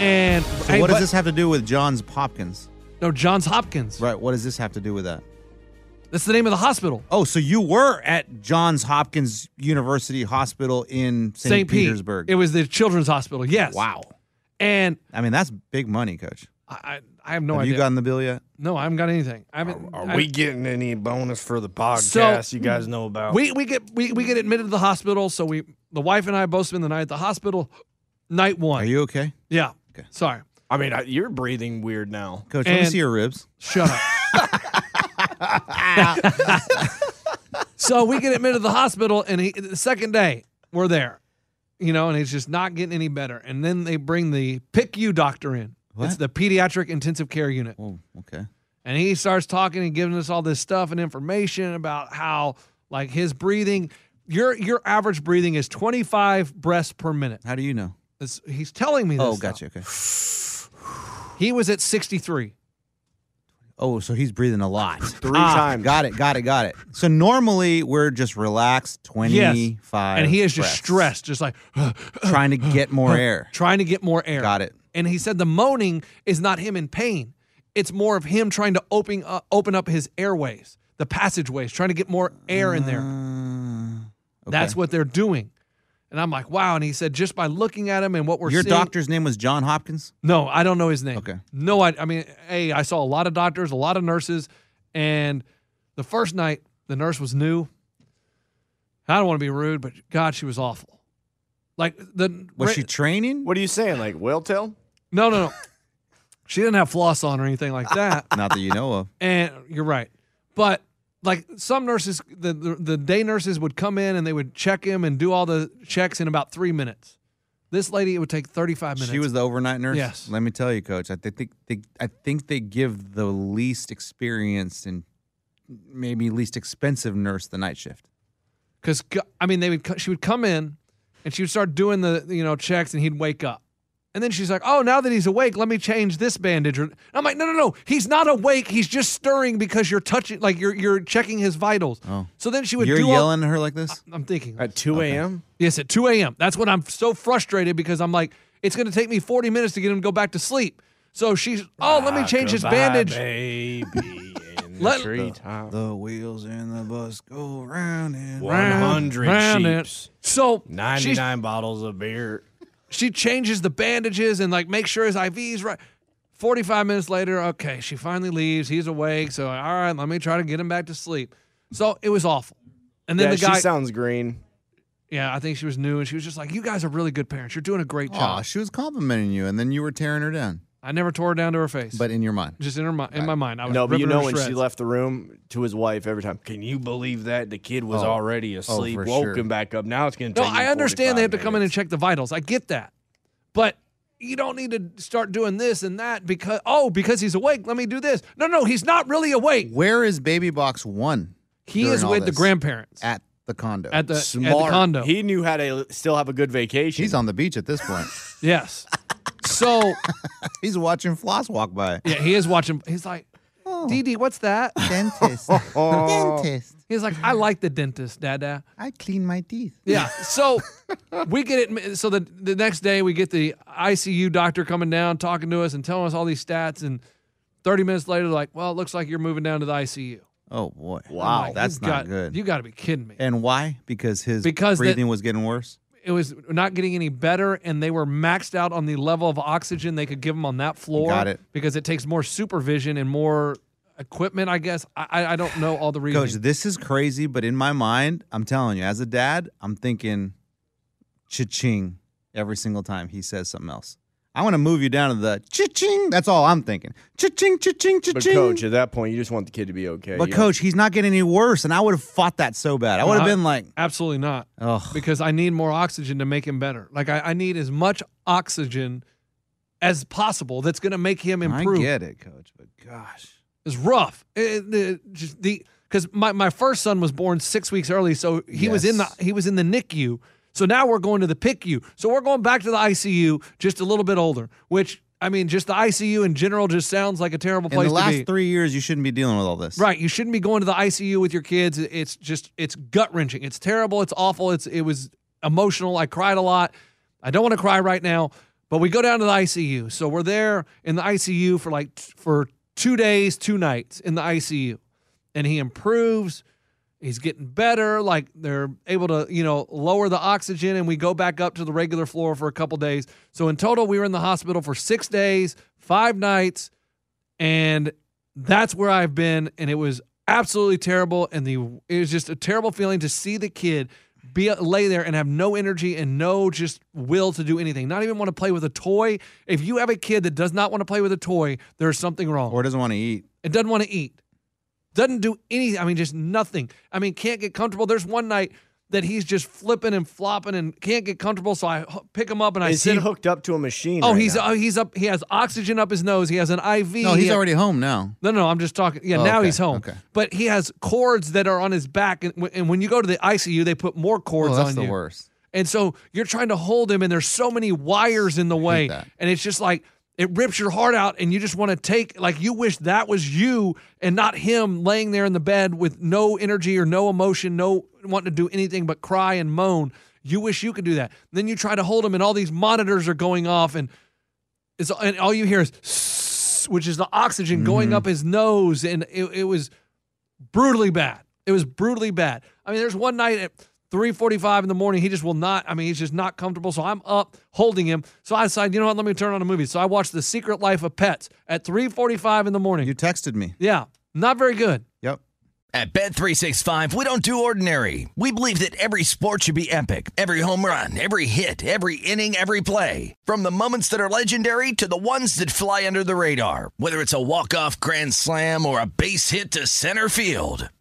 And
So
hey,
what
but-
does this have to do with Johns Hopkins?
No, Johns Hopkins.
Right. What does this have to do with that?
That's the name of the hospital.
Oh, so you were at Johns Hopkins University Hospital in St.
St. Pete.
Petersburg.
It was the Children's Hospital. Yes.
wow.
And
I mean, that's big money, Coach.
I, I, I have no
have
idea.
you gotten the bill yet?
no, I haven't got anything. I haven't.
Are
I- mm,
we getting any bonus for the podcast you guys know about?
We we get we, we get admitted to the hospital. So we the wife and I both spend the night at the hospital. Night one.
Are you okay,
Yeah.
Okay.
Sorry.
I mean, I, you're breathing weird now.
Coach? let me
And-
see your ribs. [LAUGHS]
Shut up. [LAUGHS] so we get admitted to the hospital, and he, the second day we're there, you know, and it's just not getting any better. And then they bring the pick you doctor in.
What?
It's the pediatric intensive care unit.
Oh, okay.
And he starts talking and giving us all this stuff and information about how like his breathing your your average breathing is 25 breaths per minute.
How do you know?
It's- he's telling me this.
Oh,
stuff.
gotcha. Okay.
He was at 63.
Oh, so he's breathing a lot.
[LAUGHS]
Ah,
Three times.
Got it. Got it. Got it. So normally we're just relaxed, twenty-five,
and he is just
breaths,
stressed, just like [GASPS]
trying to get more air.
trying to get more air.
Got it.
And he said the moaning is not him in pain. It's more of him trying to open up, open up his airways, the passageways, trying to get more air in there.
Mm, Uh,
That's what they're doing. And I'm like, wow. And he said, just by looking at him and what we're
Your
seeing-
doctor's name was John Hopkins.
No, I don't know his name.
Okay.
No, I, I mean, hey, I saw a lot of doctors, a lot of nurses, and the first night the nurse was new. I don't want to be rude, but God, she was awful. Like the
Was
Ra-
she training?
What are you saying? Like whale tail?
No, no, [LAUGHS] no. she didn't have floss on or anything like
[LAUGHS]
that.
Not that you know of.
and you're right, but like some nurses, the, the the day nurses would come in and they would check him and do all the checks in about three minutes. This lady, it would take 35 minutes.
She was the overnight nurse.
Yes.
Let me tell you, Coach. I think they, I think they give the least experienced and maybe least expensive nurse the night shift.
because I mean, they would co- she would come in, and she would start doing the you know checks, and he'd wake up, and then she's like, "Oh, now that he's awake, let me change this bandage." Or- I'm like, "No, no, no, he's not awake. He's just stirring because you're touching, like you're you're checking his vitals."
Oh.
so then she would
You're
do all-
yelling at her like this.
I'm thinking,
At 2 a.m.?
yes, at 2 a.m. That's when I'm so frustrated because I'm like, it's going to take me 40 minutes to get him to go back to sleep. So she's, oh, let me
Ah,
change his bandage.
Ah, Baby
[LAUGHS]
in the
Let-
treetop.
The wheels in the bus go round and
Round,
100
round
sheeps.
it. So she's
99 bottles of beer.
she changes the bandages and like make sure his IV is right. 45 minutes later, okay, she finally leaves. He's awake. So, all right, let me try to get him back to sleep. So it was awful. And then
yeah,
the guy,
she sounds green.
Yeah, I think she was new, and she was just like, "You guys are really good parents. You're doing a great
Aw,
job."
she was complimenting you, and then you were tearing her down.
I never tore her down to her face,
But in your mind,
just in her mi- in my mind, I was
No, but you
ripping her
know
to
when she
shreds.
left the room to his wife every time. Can you believe that the kid was
Oh.
already asleep,
for
woken
sure.
back up? Now it's going to
No,
take. you
I understand they have to
45
come in and
minutes.
check the vitals. I get that. But you don't need to start doing this and that because, oh, because he's awake, let me do this. No, no, he's not really awake.
where is Baby Box One?
He
during
is
all
with the
this?
grandparents at,
at the condo.
the, at the
Smart.
condo.
He knew how to still have a good vacation.
He's on the beach at this
[LAUGHS]
point.
yes. So,
He's watching Floss walk by.
yeah, he is watching. He's like, Dee Dee, what's that?
Dentist. Dentist.
He's like, I like the dentist, Dada.
I clean my teeth.
Yeah. So we get it. So the, the next day, we get the ICU doctor coming down, talking to us, and telling us all these stats. And 30 minutes later, like, well, it looks like you're moving down to the ICU.
Oh boy.
Wow.
Like,
that's
you've
not
got-
good.
You got to be kidding me.
and why? Because his
Because that-
breathing was getting worse.
It was not getting any better, and they were maxed out on the level of oxygen they could give them on that floor.
Got it.
Because it takes more supervision and more equipment, I guess. I, I- I don't know all
[SIGHS]
the
Coach,
reasons.
this is crazy, but in my mind, I'm telling you, as a dad, I'm thinking cha-ching every single time he says something else. I want to move you down to the cha-ching. That's all I'm thinking. Cha-ching, cha-ching,
but
cha-ching.
coach, at that point, you just want the kid to be okay.
But
You
coach, he's not getting any worse, and I would have fought that so bad. I would have
Uh,
been like,
Absolutely not.
oh,
Because I need more oxygen to make him better. Like, I, I need as much oxygen as possible that's going to make him
I
improve.
get it, coach. But gosh,
It's rough. It- the, just the because my, my first son was born six weeks early, so he was in the
Yes.
he was in the NICU. So now we're going to the PICU. So we're going back to the ICU, just a little bit older. Which I mean, just the ICU in general just sounds like a terrible
in
place
the
to
last
be.
three years, you shouldn't be dealing with all this.
Right, you shouldn't be going to the ICU with your kids. It's just it's gut wrenching. It's terrible. It's awful. It's it was emotional. I cried a lot. I don't want to cry right now, but we go down to the ICU. So we're there in the ICU for like t- for two days, two nights in the ICU, and he improves. He's getting better. Like they're able to you know lower the oxygen, and we go back up to the regular floor for a couple days. So in total, we were in the hospital for six days, five nights and that's where I've been, and it was absolutely terrible. And the it was just a terrible feeling to see the kid be lay there and have no energy and no just will to do anything, not even want to play with a toy. If you have a kid that does not want to play with a toy, there's something wrong.
Or doesn't want to eat.
It doesn't want to eat. Doesn't do anything. I mean, just nothing. I mean, can't get comfortable. There's one night that he's just flipping and flopping and can't get comfortable. So I h- pick him up and I
Is
sit
he
him-
hooked up to a machine?
Oh,
right
he's
now?
oh, he's up. He has oxygen up his nose. He has an IV.
No, he's
He-
already home now.
no, no, I'm just talking. Yeah,
Oh,
now
okay,
he's home.
okay.
But he has cords that are on his back, and, w- and when you go to the ICU, they put more cords
Oh,
on
that's the
you.
worst.
And so you're trying to hold him, and there's so many wires in the way,
that.
and it's just like it rips your heart out, and you just want to take like you wish that was you and not him laying there in the bed with no energy or no emotion, no wanting to do anything but cry and moan. You wish you could do that. Then you try to hold him, and all these monitors are going off, and it's and all you hear is which is the oxygen going
Mm-hmm.
up his nose and it, it was brutally bad it was brutally bad i mean there's one night at 3.45 in the morning he just will not i mean he's just not comfortable so i'm up holding him so i decide you know what let me turn on a movie so i watched the secret life of pets at 3.45 in the morning
You texted me.
yeah not very good
Yep.
At Bet365, we don't do ordinary. We believe that every sport should be epic. Every home run, every hit, every inning, every play. From the moments that are legendary to the ones that fly under the radar. Whether it's a walk-off grand slam or a base hit to center field.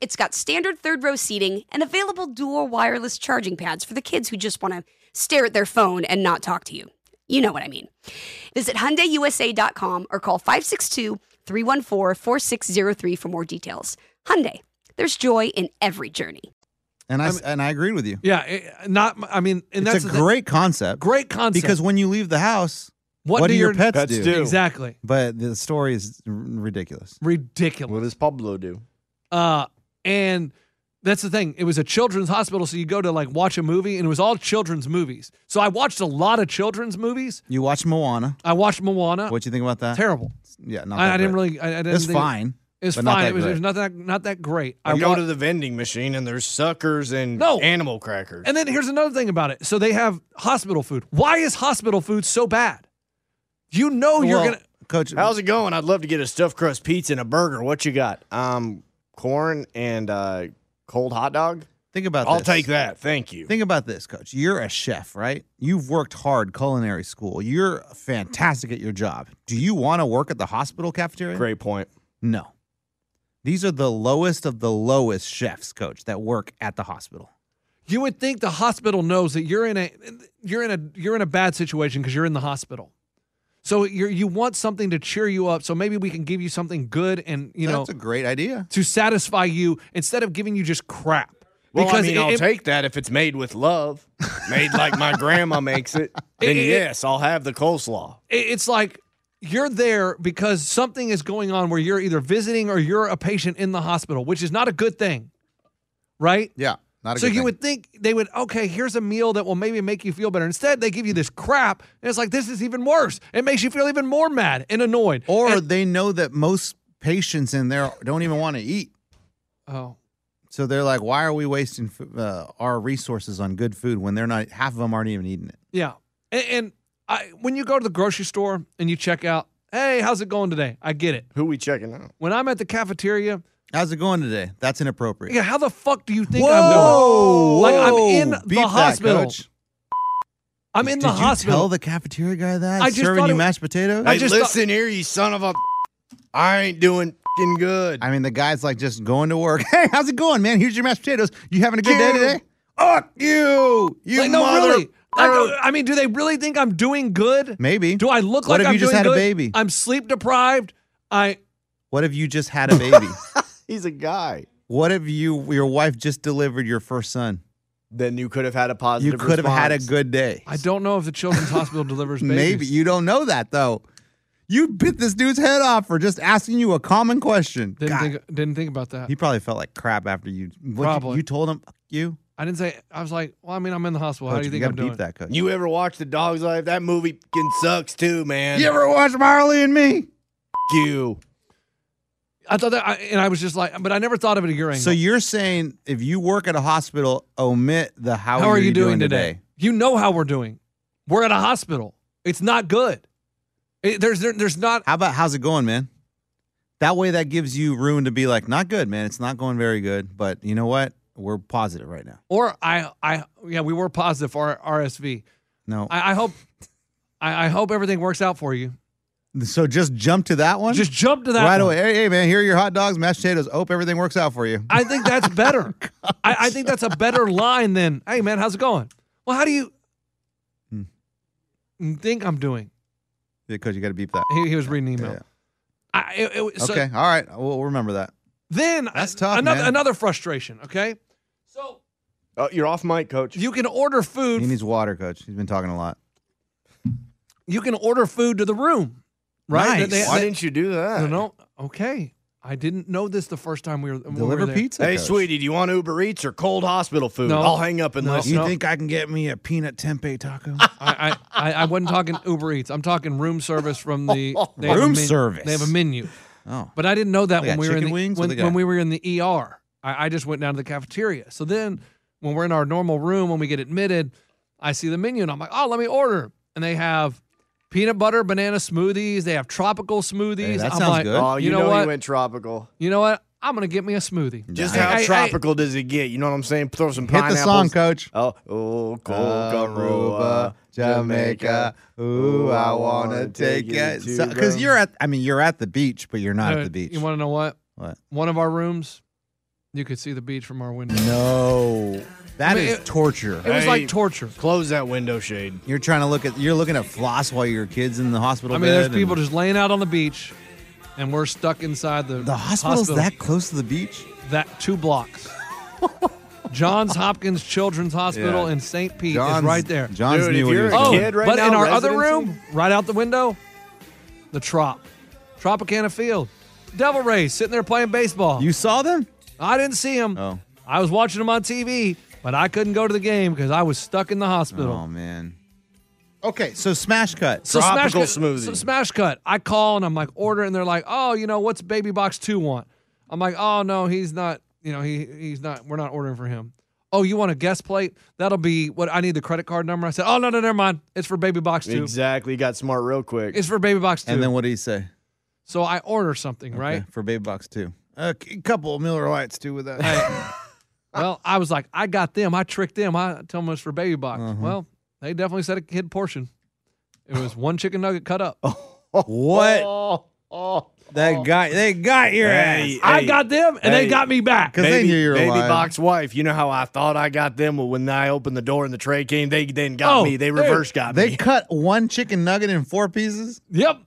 it's got standard third-row seating and available dual wireless charging pads for the kids who just want to stare at their phone and not talk to you. You know what I mean. Visit HyundaiUSA.com or call 562-314-4603 for more details. Hyundai, there's joy in every journey.
And I s- and I agreed with you.
Yeah, it, not. I mean, and
it's
that's
a
the thing.
great concept.
great concept.
Because when you leave the house, what, do your pets,
Pets do?
Exactly.
But the story is r- ridiculous.
Ridiculous.
What does Pablo do?
Uh, and that's the thing. It was a children's hospital, so you go to like watch a movie, and it was all children's movies. So I watched a lot of children's movies.
You watch Moana.
I watched Moana.
What you think about that?
Uh, Terrible.
Yeah, not.
I,
that
I didn't
great.
really. I, I didn't
It's
think-
fine.
It's
but not
fine.
that
It was, it was
great.
not that not that great. I
I go
wa-
to the vending machine and there's suckers and
No.
animal crackers.
And then here's another thing about it. So they have hospital food. Why is hospital food so bad? You know oh, you're
Well,
gonna.
coach.
How's it going? I'd love to get a stuffed crust pizza and a burger. What you got? Um, corn and uh, cold hot dog.
think about.
I'll
this.
take that. Thank you.
Think about this, coach. You're a chef, right? You've worked hard culinary school. You're fantastic at your job. Do you want to work at the hospital cafeteria?
Great point.
No. These are the lowest of the lowest chefs, coach, that work at the hospital.
You would think the hospital knows that you're in a you're in a you're in a bad situation because you're in the hospital. So you you want something to cheer you up. So maybe we can give you something good and you know
That's a great idea.
to satisfy you instead of giving you just crap.
Well, I
Because
mean,
it-
I'll
it-
take that if it's made with love, made like
[LAUGHS]
my grandma makes it. Then
It- it-
yes, I'll have the coleslaw.
it- it's like you're there because something is going on where you're either visiting or you're a patient in the hospital, which is not a good thing, right?
Yeah, not a
So
good
you
thing.
would think they would okay. Here's a meal that will maybe make you feel better. Instead, they give you this crap, and it's like this is even worse. It makes you feel even more mad and annoyed.
or
And-
they know that most patients in there don't even want to eat.
oh,
So they're like, why are we wasting f- uh, our resources on good food when they're not half of them aren't even eating it?
Yeah. And, and I, when you go to the grocery store and you check out, hey, how's it going today? I get it.
Who we checking out?
When I'm at the cafeteria,
How's it going today? That's inappropriate.
yeah, how the fuck do you think I'm doing? Like I'm in
Beep
the
that,
hospital.
Coach.
I'm in
Did
the
you
hospital.
Tell the cafeteria guy that
I just
serving
thought
you
it-
mashed potatoes.
I
Hey,
just thought-
listen here, you son of a. I ain't doing fing good.
I mean, the guy's like just going to work. [LAUGHS] Hey, how's it going, man? Here's your mashed potatoes. You having a good day
You-
today? Fuck you, you
like, no,
mother.
really. Like, uh, I mean, do they really think I'm doing good?
Maybe.
Do I look
What
like
if
I'm
you just
doing
had a
good?
baby?
I'm sleep deprived. I
What if you just had a
[LAUGHS]
baby?
He's a guy.
what if you your wife just delivered your first son?
Then you could have had a
You
positive.
could have had a
response.
good day.
I don't know if
[LAUGHS]
the children's hospital delivers babies.
Maybe you don't know that though. You bit this dude's head off for just asking you a common question.
Didn't
God,
think, didn't think about that.
he probably felt like crap after you. what you-
uh, Probably.
you told him "Fuck you.
I didn't say. I was like, well, I mean, I'm in the hospital. How
Coach,
do you
you
think
gotta
I'm doing?
beep that coach.
You ever watch The Dog's Life? That movie fing sucks too, man.
You ever watch Marley and Me?
F- you.
I thought that, I, and I was just like, but I never thought of it at your angle.
So you're saying if you work at a hospital, omit the how,
how are you, doing, today? You know how we're doing. We're at a hospital. It's not good. It- there's there, there's not.
How about how's it going, man? That way, that gives you room to be like, not good, man. It's not going very good, but you know what? We're positive right now.
Or I I yeah, we were positive for our RSV.
No,
I, I hope I, I hope everything works out for you.
so just jump to that one.
Just jump to that
right
one.
away. Hey, hey, man, here are your hot dogs, mashed potatoes. Hope everything works out for you.
I think that's better.
[LAUGHS] Oh,
I, I think that's a better line than hey man, how's it going? Well, how do you
Hmm.
think I'm doing?
Yeah, coach, you got to beep that.
He, he was reading email.
Yeah.
I, it, it, so
okay, all right. We'll remember that.
Then
That's
uh,
tough,
Another
man.
another frustration. Okay, so
Oh, you're off mic, coach.
you can order food.
He needs water, coach. He's been talking a lot.
you can order food to the room, right?
Nice.
Why didn't you do that?
no, no. Okay, I didn't know this the first time we were when we were
Deliver
there.
pizza.
Hey,
coach.
sweetie, do you want Uber Eats or cold hospital food?
No.
I'll hang up and
No.
listen.
You think I can get me a peanut tempeh [LAUGHS] taco?
I, I, I I wasn't talking Uber Eats. I'm talking room service
[LAUGHS]
from the they have a
Room
men-
service.
They have a menu,
oh,
but I didn't know that
They
when
got
we were in
chicken
the,
wings? What
when,
they got?
when we were in the ER. I, I just went down to the cafeteria. So then when we're in our normal room when we get admitted, I see the menu and I'm like, oh, let me order. And they have peanut butter banana smoothies. They have tropical smoothies.
that
I'm
sounds
like,
good.
Oh,
You know
he
what?
went tropical.
You know what? I'm gonna get me a smoothie.
Just
Hey,
how
hey, hey,
tropical does it get? You know what I'm saying? Throw some
Hit
pineapples.
the song, coach.
Oh, oh, Coca-Cola,
Aruba, Jamaica. Ooh, I wanna take it. Because you're at, I mean, you're at the beach, but you're not
uh,
at the beach.
You want to know what?
What?
One of our rooms, you could see the beach from our window.
No, that
I mean,
is
it-
torture.
It was
Hey.
like torture.
Close that window shade.
you're trying to look at, you're looking at floss while your kid's in the hospital.
I mean, there's
bed
people
and-
just laying out on the beach, and we're stuck inside the
The hospital's
hospital.
that close to the beach.
that two blocks.
[LAUGHS]
Johns Hopkins Children's Hospital
Yeah.
in St. Pete is
John's-
right there.
John's
Dude,
knew
if
what he
you're
was
a
doing.
Oh,
kid right
but
now,
in our other
residency?
room, right out the window, the Trop, Tropicana Field, Devil Rays sitting there playing baseball.
You saw them?
I didn't see him.
Oh.
I was watching him on TV, but I couldn't go to the game because I was stuck in the hospital.
Oh man. Okay, so smash cut.
So
Tropical
smash
smoothie.
Cut, so smash cut. I call and I'm like order, and they're like, oh, you know, what's Baby Box Two want? I'm like, oh no, he's not. You know, he he's not. We're not ordering for him. Oh, you want a guest plate? That'll be what I need. The credit card number. I said, oh no no never mind. It's for Baby Box Two.
Exactly. You got smart real quick.
It's for Baby Box Two.
and then what did he say?
so I order something, right?
Okay, for Baby Box too. A c- couple of Miller Lights too with that.
Well, I was like, I got them. I tricked them. I tell them it's for Baby Box. Well, they definitely said a kid portion. It was one chicken nugget cut up.
what? Oh. That guy. They got your
Hey,
ass.
I
hey,
got them, and
Hey.
they got me back.
'Cause they
Baby,
knew you were
baby
lying.
box wife, you know how I thought I got them? Well, when I opened the door and the tray came, they then got
Oh,
me. They
dude.
reverse got
They
me.
cut one chicken nugget in four pieces.
Yep. Wow.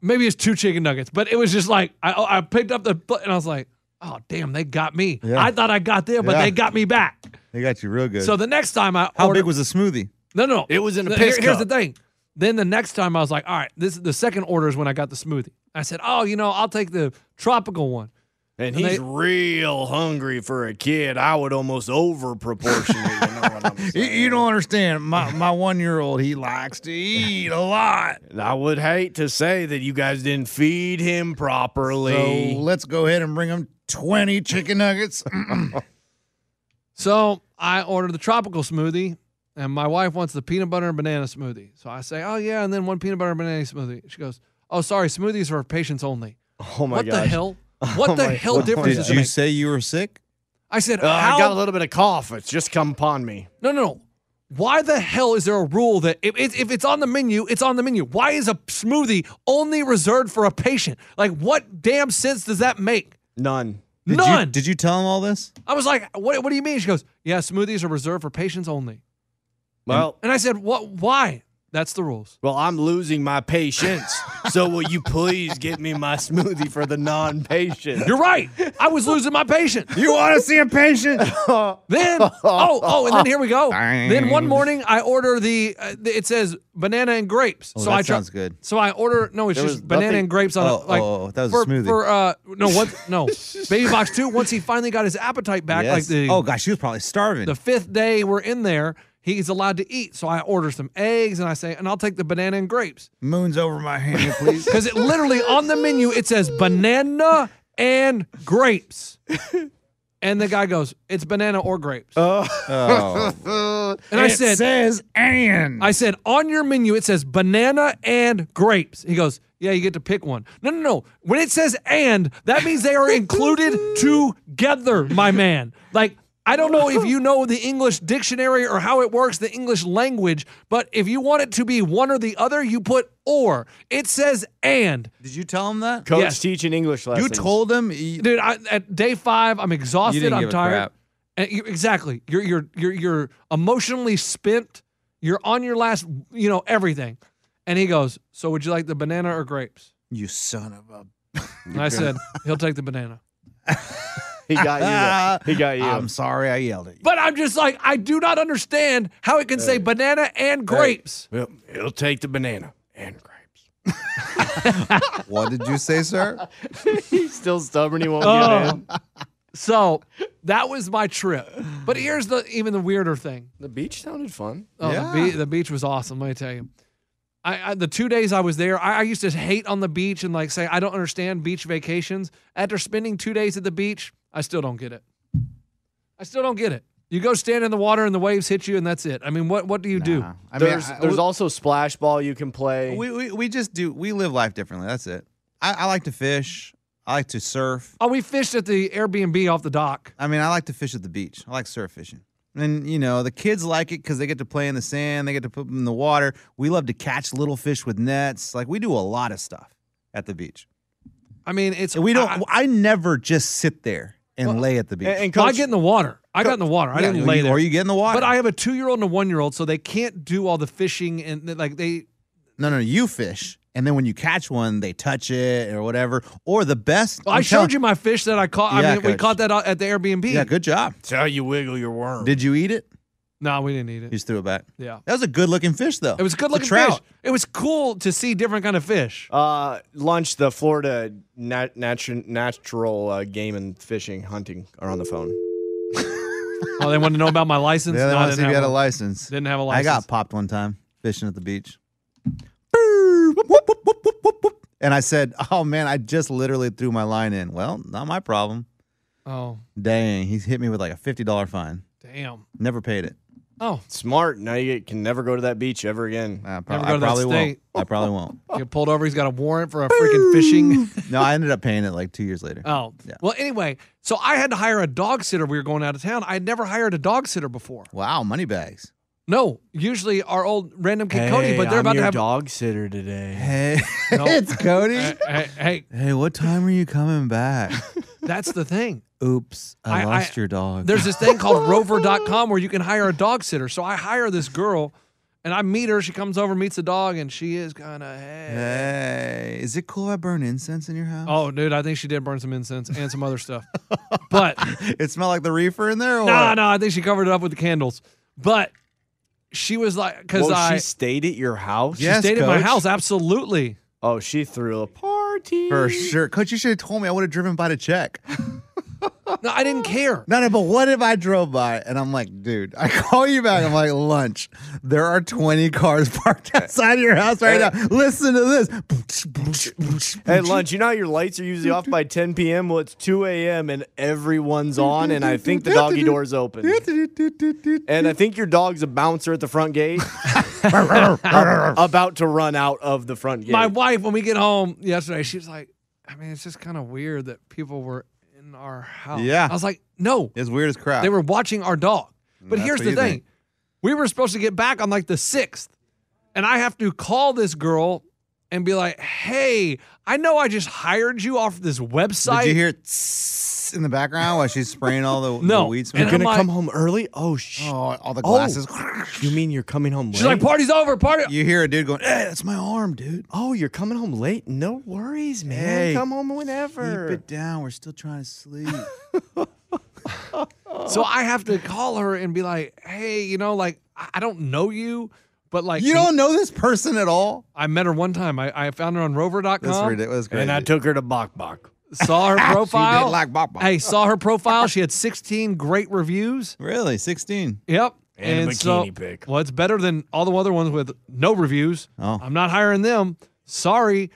Maybe it's two chicken nuggets, but it was just like I, I picked up the pl- and I was like, oh damn, they got me.
Yeah.
I thought I got them, but
Yeah.
they got me back.
They got you real good.
So the next time I
how
ordered,
big was the smoothie?
no no
It was in a
No,
piss
Here's
cup.
the thing. Then the next time I was like, all right, this the second order is when I got the smoothie. I said, oh, you know, I'll take the tropical one.
and
and
he's
they-
real hungry for a kid. I would almost over proportionate. you know
[LAUGHS]
what I'm saying?
understand. My my one year old he likes to eat a lot.
And I would hate to say that you guys didn't feed him properly.
let's go ahead and bring him twenty chicken nuggets.
So I ordered the tropical smoothie, and my wife wants the peanut butter and banana smoothie. So I say, oh yeah, and then one peanut butter and banana smoothie. She goes, oh sorry, smoothies are for patients only.
oh my
what
gosh. Oh
the hell?
[LAUGHS]
What the
my-
hell
what
difference
Did
does
you
it make?
say you were sick?
I said,
Uh,
how?
I got a little bit of cough. It's just come upon me.
no, no, no. Why the hell is there a rule that if, if, if it's on the menu, it's on the menu? Why is a smoothie only reserved for a patient? Like, what damn sense does that make?
None.
Did You,
None.
did you tell him all this?
I was like, what, what do you mean? She goes, yeah, smoothies are reserved for patients only.
Well,
And I said, what? Why? That's the rules.
well, I'm losing my patience. so will you please get me my smoothie for the non-patient?
You're right. I was losing my patience.
[LAUGHS] You want to see a patient?
Then oh oh, and then here
[LAUGHS]
we go.
Dang.
Then one morning I order the uh, th- it says banana and grapes.
Oh,
so
that
I try-
sounds good.
So I order no, it's
There was
just banana
nothing-
and grapes on
Oh,
a like
oh, oh, that was a
for,
smoothie.
for uh no what
[LAUGHS]
no baby box two. Once he finally got his appetite [LAUGHS] back, like the
oh gosh, she was probably starving.
the fifth day we're in there, he's allowed to eat. So I order some eggs and I say and I'll take the banana and grapes
Moon's over my hand, please.
because it literally on the menu it says banana and grapes. And the guy goes, "It's banana or grapes."
oh,
[LAUGHS] and I said,
says and.
I said, on your menu, it says banana and grapes. He goes, yeah, you get to pick one. No, no, no. When it says and, that means they are included together, my man. Like, I don't know if you know the English dictionary or how it works, the English language, but if you want it to be one or the other, you put or. It says and.
Did you tell him that?
Coach
Yes.
teaching English
You
lessons.
told him. he-
Dude, I, at day five, I'm
You
exhausted.
didn't
I'm
give a
tired.
crap.
And you, exactly. You're you're you're you're emotionally spent. You're on your last, you know, everything. And he goes, "So would you like the banana or grapes?"
you son of a.
And
[LAUGHS]
I said, "He'll take the banana."
He got you.
Ah.
there. He got you.
I'm sorry, I yelled at you.
But I'm just like, I do not understand how it can say banana and grapes.
Well, he'll take the banana and grapes.
what did you say, sir?
He's still stubborn. He won't
Oh.
get in.
So that was my trip. But here's the even the weirder thing.
The beach sounded fun.
Oh,
Yeah.
the, be- the beach was awesome. Let me tell you. I, I the two days I was there, I, I used to hate on the beach and like say I don't understand beach vacations. After spending two days at the beach, I still don't get it. I still don't get it. You go stand in the water and the waves hit you and that's it. I mean, what what do you do?
Nah. I mean,
There's
I-
there's also splash ball you can play.
we, we we just do we live life differently. That's it. I, I like to fish. I like to surf.
Oh, we fished at the Airbnb off the dock.
I mean, I like to fish at the beach. I like surf fishing. And, you know, the kids like it because they get to play in the sand, they get to put them in the water. We love to catch little fish with nets. Like, we do a lot of stuff at the beach.
I mean, it's
And we don't,
I,
I, never just sit there and lay at the beach.
And, and
I
coach,
get in the water. I got in the water. I
Yeah,
didn't
you-
lay
you-
there.
Or you get in the water.
But I have a two-year-old and a one-year-old, so they can't do all the fishing and like they.
no, no, you fish. And then when you catch one, they touch it or whatever. Or the best.
Well, I
I'm
showed
telling-
you my fish that I caught. I
Yeah,
mean, we
Coach.
caught that out at the Airbnb.
Yeah, good job.
It's how you wiggle your worm.
Did you eat it?
No, we didn't eat
You
it.
just threw it back.
Yeah,
That was a good looking fish, though.
it was
It's a
good looking
trout.
fish. It was cool to see different kind of fish.
uh, lunch, the Florida nat- natu- natural uh, game and fishing hunting are on the phone.
oh, they wanted to know about my license.
Yeah, they
No, I
want to see
didn't
if you
have
had a
one.
license.
Didn't have a
I got
license.
popped one time fishing at the beach. Brrr, whoop, whoop, whoop, whoop, whoop, whoop, whoop. And I said, "Oh man, I just literally threw my line in." Well, not my problem.
Oh,
Dang, he's hit me with like a fifty dollar fine.
damn.
Never paid it.
Oh,
Smart. Now you can never go to that beach ever again.
I,
Never
prob-
go
I
to that
probably won't.
state.
I probably won't.
get pulled over. He's got a warrant for a freaking fishing. [LAUGHS]
No, I ended up paying it like two years later.
Oh,
Yeah.
well. Anyway, so I had to hire a dog sitter. We were going out of town. I had never hired a dog sitter before.
Wow, money bags.
No, usually our old random kid Cody, but they're about to have.
dog sitter today.
Hey,
No.
[LAUGHS] it's Cody.
[LAUGHS] Hey, hey, hey,
hey, what time are you coming
[LAUGHS]
back?
that's the thing.
Oops, I,
I-
lost
I-
your dog.
There's this thing called rover.com where you can hire a dog sitter. So I hire this girl and I meet her. She comes over, meets the dog, and she is kind of, hey.
Hey, is it cool if I burn incense in your house?
Oh, dude, I think she did burn some incense and some other stuff.
[LAUGHS]
But
[LAUGHS] It smelled like the reefer in there? Or
no, no, I think she covered it up with the candles. But she was like, because
Well,
I
she stayed at your house.
Yeah. Yes,
stayed at my
Coach.
house. Absolutely.
Oh, she threw a party.
For sure. Coach, you should have told me. I would have driven by to check.
No, I didn't care.
No, no, but what if I drove by and I'm like, dude, I call you back. I'm like, lunch. There are 20 cars [LAUGHS] parked outside your house right now. Listen to this. [LAUGHS]
At lunch, you know how your lights are usually off by 10 p.m. Well, it's 2 a.m. and everyone's on, and I think the doggy door's open. And I think your dog's a bouncer at the front gate, about to run out of the front gate.
My wife, when we get home yesterday, she was like, I mean, it's just kind of weird that people were in our house.
Yeah.
I was like, no,
It's weird as crap.
They were watching our dog. But
That's
here's
what
the
you
thing.
think.
We were supposed to get back on like the 6th. And I have to call this girl and be like, "Hey, I know I just hired you off this website."
Did you hear tss in the background while she's spraying all the,
No.
the weed smell?
And
You're gonna
I'm like-
come home early? Oh, sh-
oh, all the glasses. [LAUGHS]
you mean you're coming home
She's
late?
like, "Party's over, party."
You hear a dude going, hey, that's my arm, dude.
oh, you're coming home late? No worries, man.
Hey,
come home
Keep
whenever.
it down. We're still trying to [LAUGHS] sleep.
so I have to call her and be like, "Hey, you know, like I I don't know you, but like
you don't know this person at all?
I met her one time. I, I found her on rover.com.
That's ridiculous. That's
And I
crazy.
took her to Bok Bok.
Saw
[LAUGHS]
her
She
profile.
did like bop bop.
hey, saw her profile. She had 16 great reviews.
Really, sixteen?
Yep.
And a
so,
bikini pic.
Well, it's better than all the other ones with no reviews.
Oh.
I'm not hiring them. Sorry.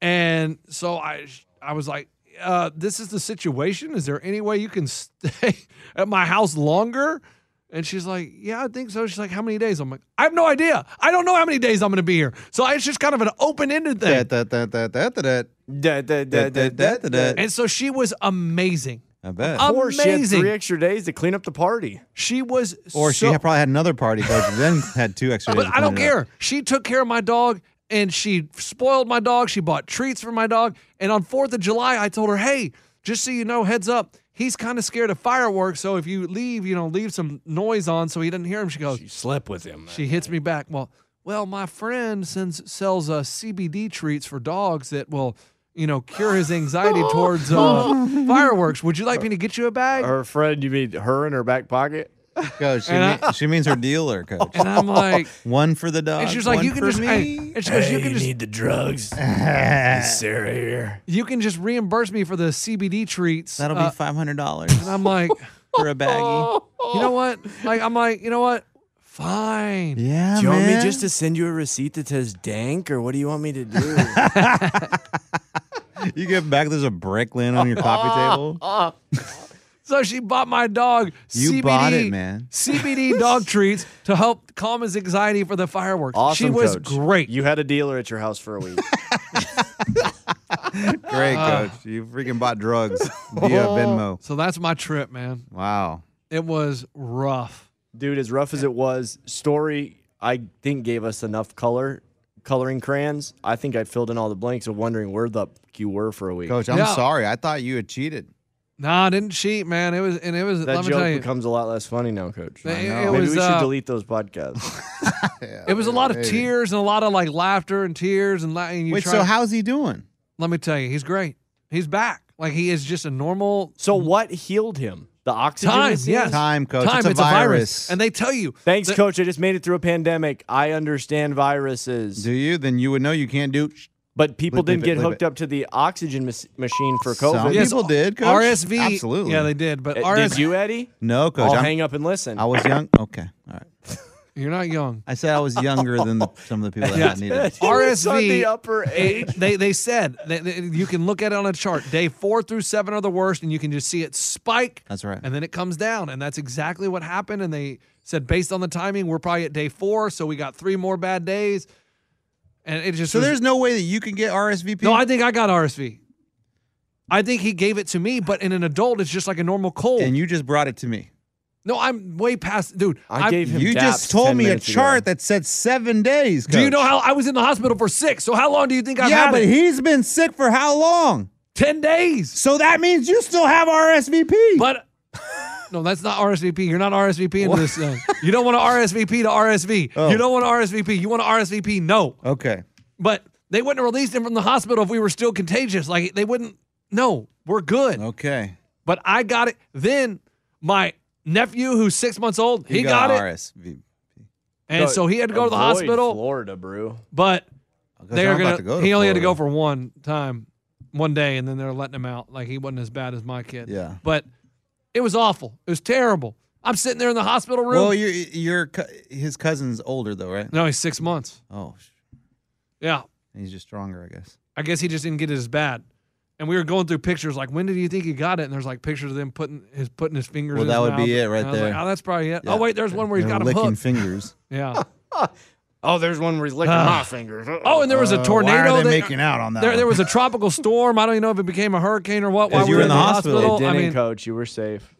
And so I I was like, uh, this is the situation. Is there any way you can [LAUGHS] stay at my house longer? And she's like, yeah, I think so. She's like, how many days? I'm like, I have no idea. I don't know how many days I'm going to be here. So it's just kind of an open ended thing.
Da, da, da, da, da, da, da.
Da, da, da, da, da, da.
And so she was amazing.
I bet.
Um,
Or she had
Amazing.
three extra days to clean up the party.
She was
or she
so-
had probably had another party coach, then had two extra. days
But
to
I don't
clean it
care.
up.
She took care of my dog and she spoiled my dog. She bought treats for my dog. And on 4th of July, I told her, hey, just so you know, heads up, he's kind of scared of fireworks. So if you leave, you know, leave some noise on so he doesn't hear him. She goes,
You slept with him.
she hits me back. Well, well, my friend sends sells uh, CBD treats for dogs that will, you know, cure
[LAUGHS]
his anxiety towards uh, fireworks. Would you like me to get you a bag?
Her friend, you mean her in her back pocket?
Coach, she,
And
mean- she means her dealer, [LAUGHS] coach.
And
[LAUGHS]
I'm like,
One for the dog.
and she was like,
one
you can
for
just,
me.
hey, and she goes, you can just
the drugs.
[LAUGHS]
Is Sarah here.
you can just reimburse me for the CBD treats.
That'll
Uh,
be five hundred dollars
and [LAUGHS]
[LAUGHS]
I'm like,
for a baggie.
you know what? Like, I'm like, you know what? Fine.
Yeah,
Do you want
man.
me just to send you a receipt that says dank, or what do you want me to do?
[LAUGHS]
you get back. There's a brick laying on your [LAUGHS] coffee table.
So she bought my dog
You
CBD,
bought it,
[LAUGHS]
man. [LAUGHS]
CBD dog treats to help calm his anxiety for the fireworks. she was
Coach.
great. [LAUGHS]
You had a dealer at your house for a week.
Great, coach. You freaking bought [LAUGHS] drugs via Venmo.
So that's my trip, man.
Wow.
It was rough.
Dude, as rough as it was, story I think gave us enough color, coloring crayons. I think I filled in all the blanks of wondering where the f- you were for a week.
Coach, I'm
Yeah.
sorry. I thought you had cheated.
Nah, I didn't cheat, man. It was and it was.
that
let me tell
joke
you,
becomes a lot less funny now, Coach.
it, it
know.
Maybe
was.
we should
uh,
delete those podcasts.
it was a lot of
Maybe.
tears and a lot of like laughter and tears and, la- and you
Wait,
try.
so how's he doing?
let me tell you, he's great. He's back. Like he is just a normal
so what healed him? The oxygen?
time.
this
Yes,
season?
Time, coach.
Time.
It's a virus.
and they tell you.
Thanks,
The-
Coach. I just made it through a pandemic. I understand viruses.
Do you? Then you would know you can't do.
But people
Leave- leave
didn't
it,
get
leave
hooked
it.
up to the oxygen mas- machine for
Some
COVID.
Yes,
people did, coach.
RSV.
Absolutely.
Yeah, they did. But
Uh, Did
RSV.
you, Eddie?
No, coach.
I'll
I'm-
hang up and listen.
I was young. Okay. All right.
You're not young.
I said I was younger than the, some of the people that I needed.
[LAUGHS]
It's on
RSV
the upper age.
[LAUGHS] They they said that that you can look at it on a chart. Day four through seven are the worst, and you can just see it spike.
That's right.
And then it comes down, and that's exactly what happened. And they said based on the timing, we're probably at day four, so we got three more bad days. And it just
So
was-
there's no way that you can get RSVP.
no. I think I got RSV. I think he gave it to me, but in an adult, it's just like a normal cold.
and you just brought it to me.
no, I'm way past, dude.
I
I'm-
gave him
You
daps
just told
10
me a
minutes ago.
chart that said seven days.
Do you
Coach.
know how I was in the hospital for six? So how long do you think I've
yeah,
had
but
it?
he's been sick for how long? [LAUGHS]
Ten days.
So that means you still have RSVP.
But no, that's not RSVP. You're not RSVP into this thing. You don't want to RSVP to RSV.
Oh.
You don't want to RSVP. You want to RSVP. No,
okay.
but they wouldn't have released him from the hospital if we were still contagious. Like they wouldn't. No, we're good.
Oh. Okay.
But I got it. Then my nephew, who's six months old, he, got, it,
RSVP.
and so he had to go to the
Avoid
hospital.
Florida, brew.
But they
I'm
are
about
gonna.
to go to
he only had to go
Florida.
for one time, one day, and then they're letting him out. Like he wasn't as bad as my kid.
Yeah.
But it was awful. It was terrible. I'm sitting there in the hospital room.
Well, your your co- his cousin's older though, right?
no, he's six months.
Oh, sh-
Yeah.
he's just stronger, I guess.
I guess he just didn't get it as bad. And we were going through pictures like, when did you think he got it? And there's like pictures of them putting his putting his fingers.
Well,
in
that
his
would be
mouth.
it right
And I was
there.
Like, oh, that's probably it.
Yeah.
Oh wait, there's one where he's
They're
got him
licking [LAUGHS]
hooked.
fingers.
yeah.
Oh, there's one where he's licking
Ah.
my fingers.
Oh, and there was a
Uh,
[LAUGHS] tornado.
Why are they
that-
making out on that?
there, there
one?
was a tropical storm. I don't even know if it became a hurricane or what. While
Because
we
you
were
were
in the hospital,
It
I
didn't,
mean,
coach. You were safe.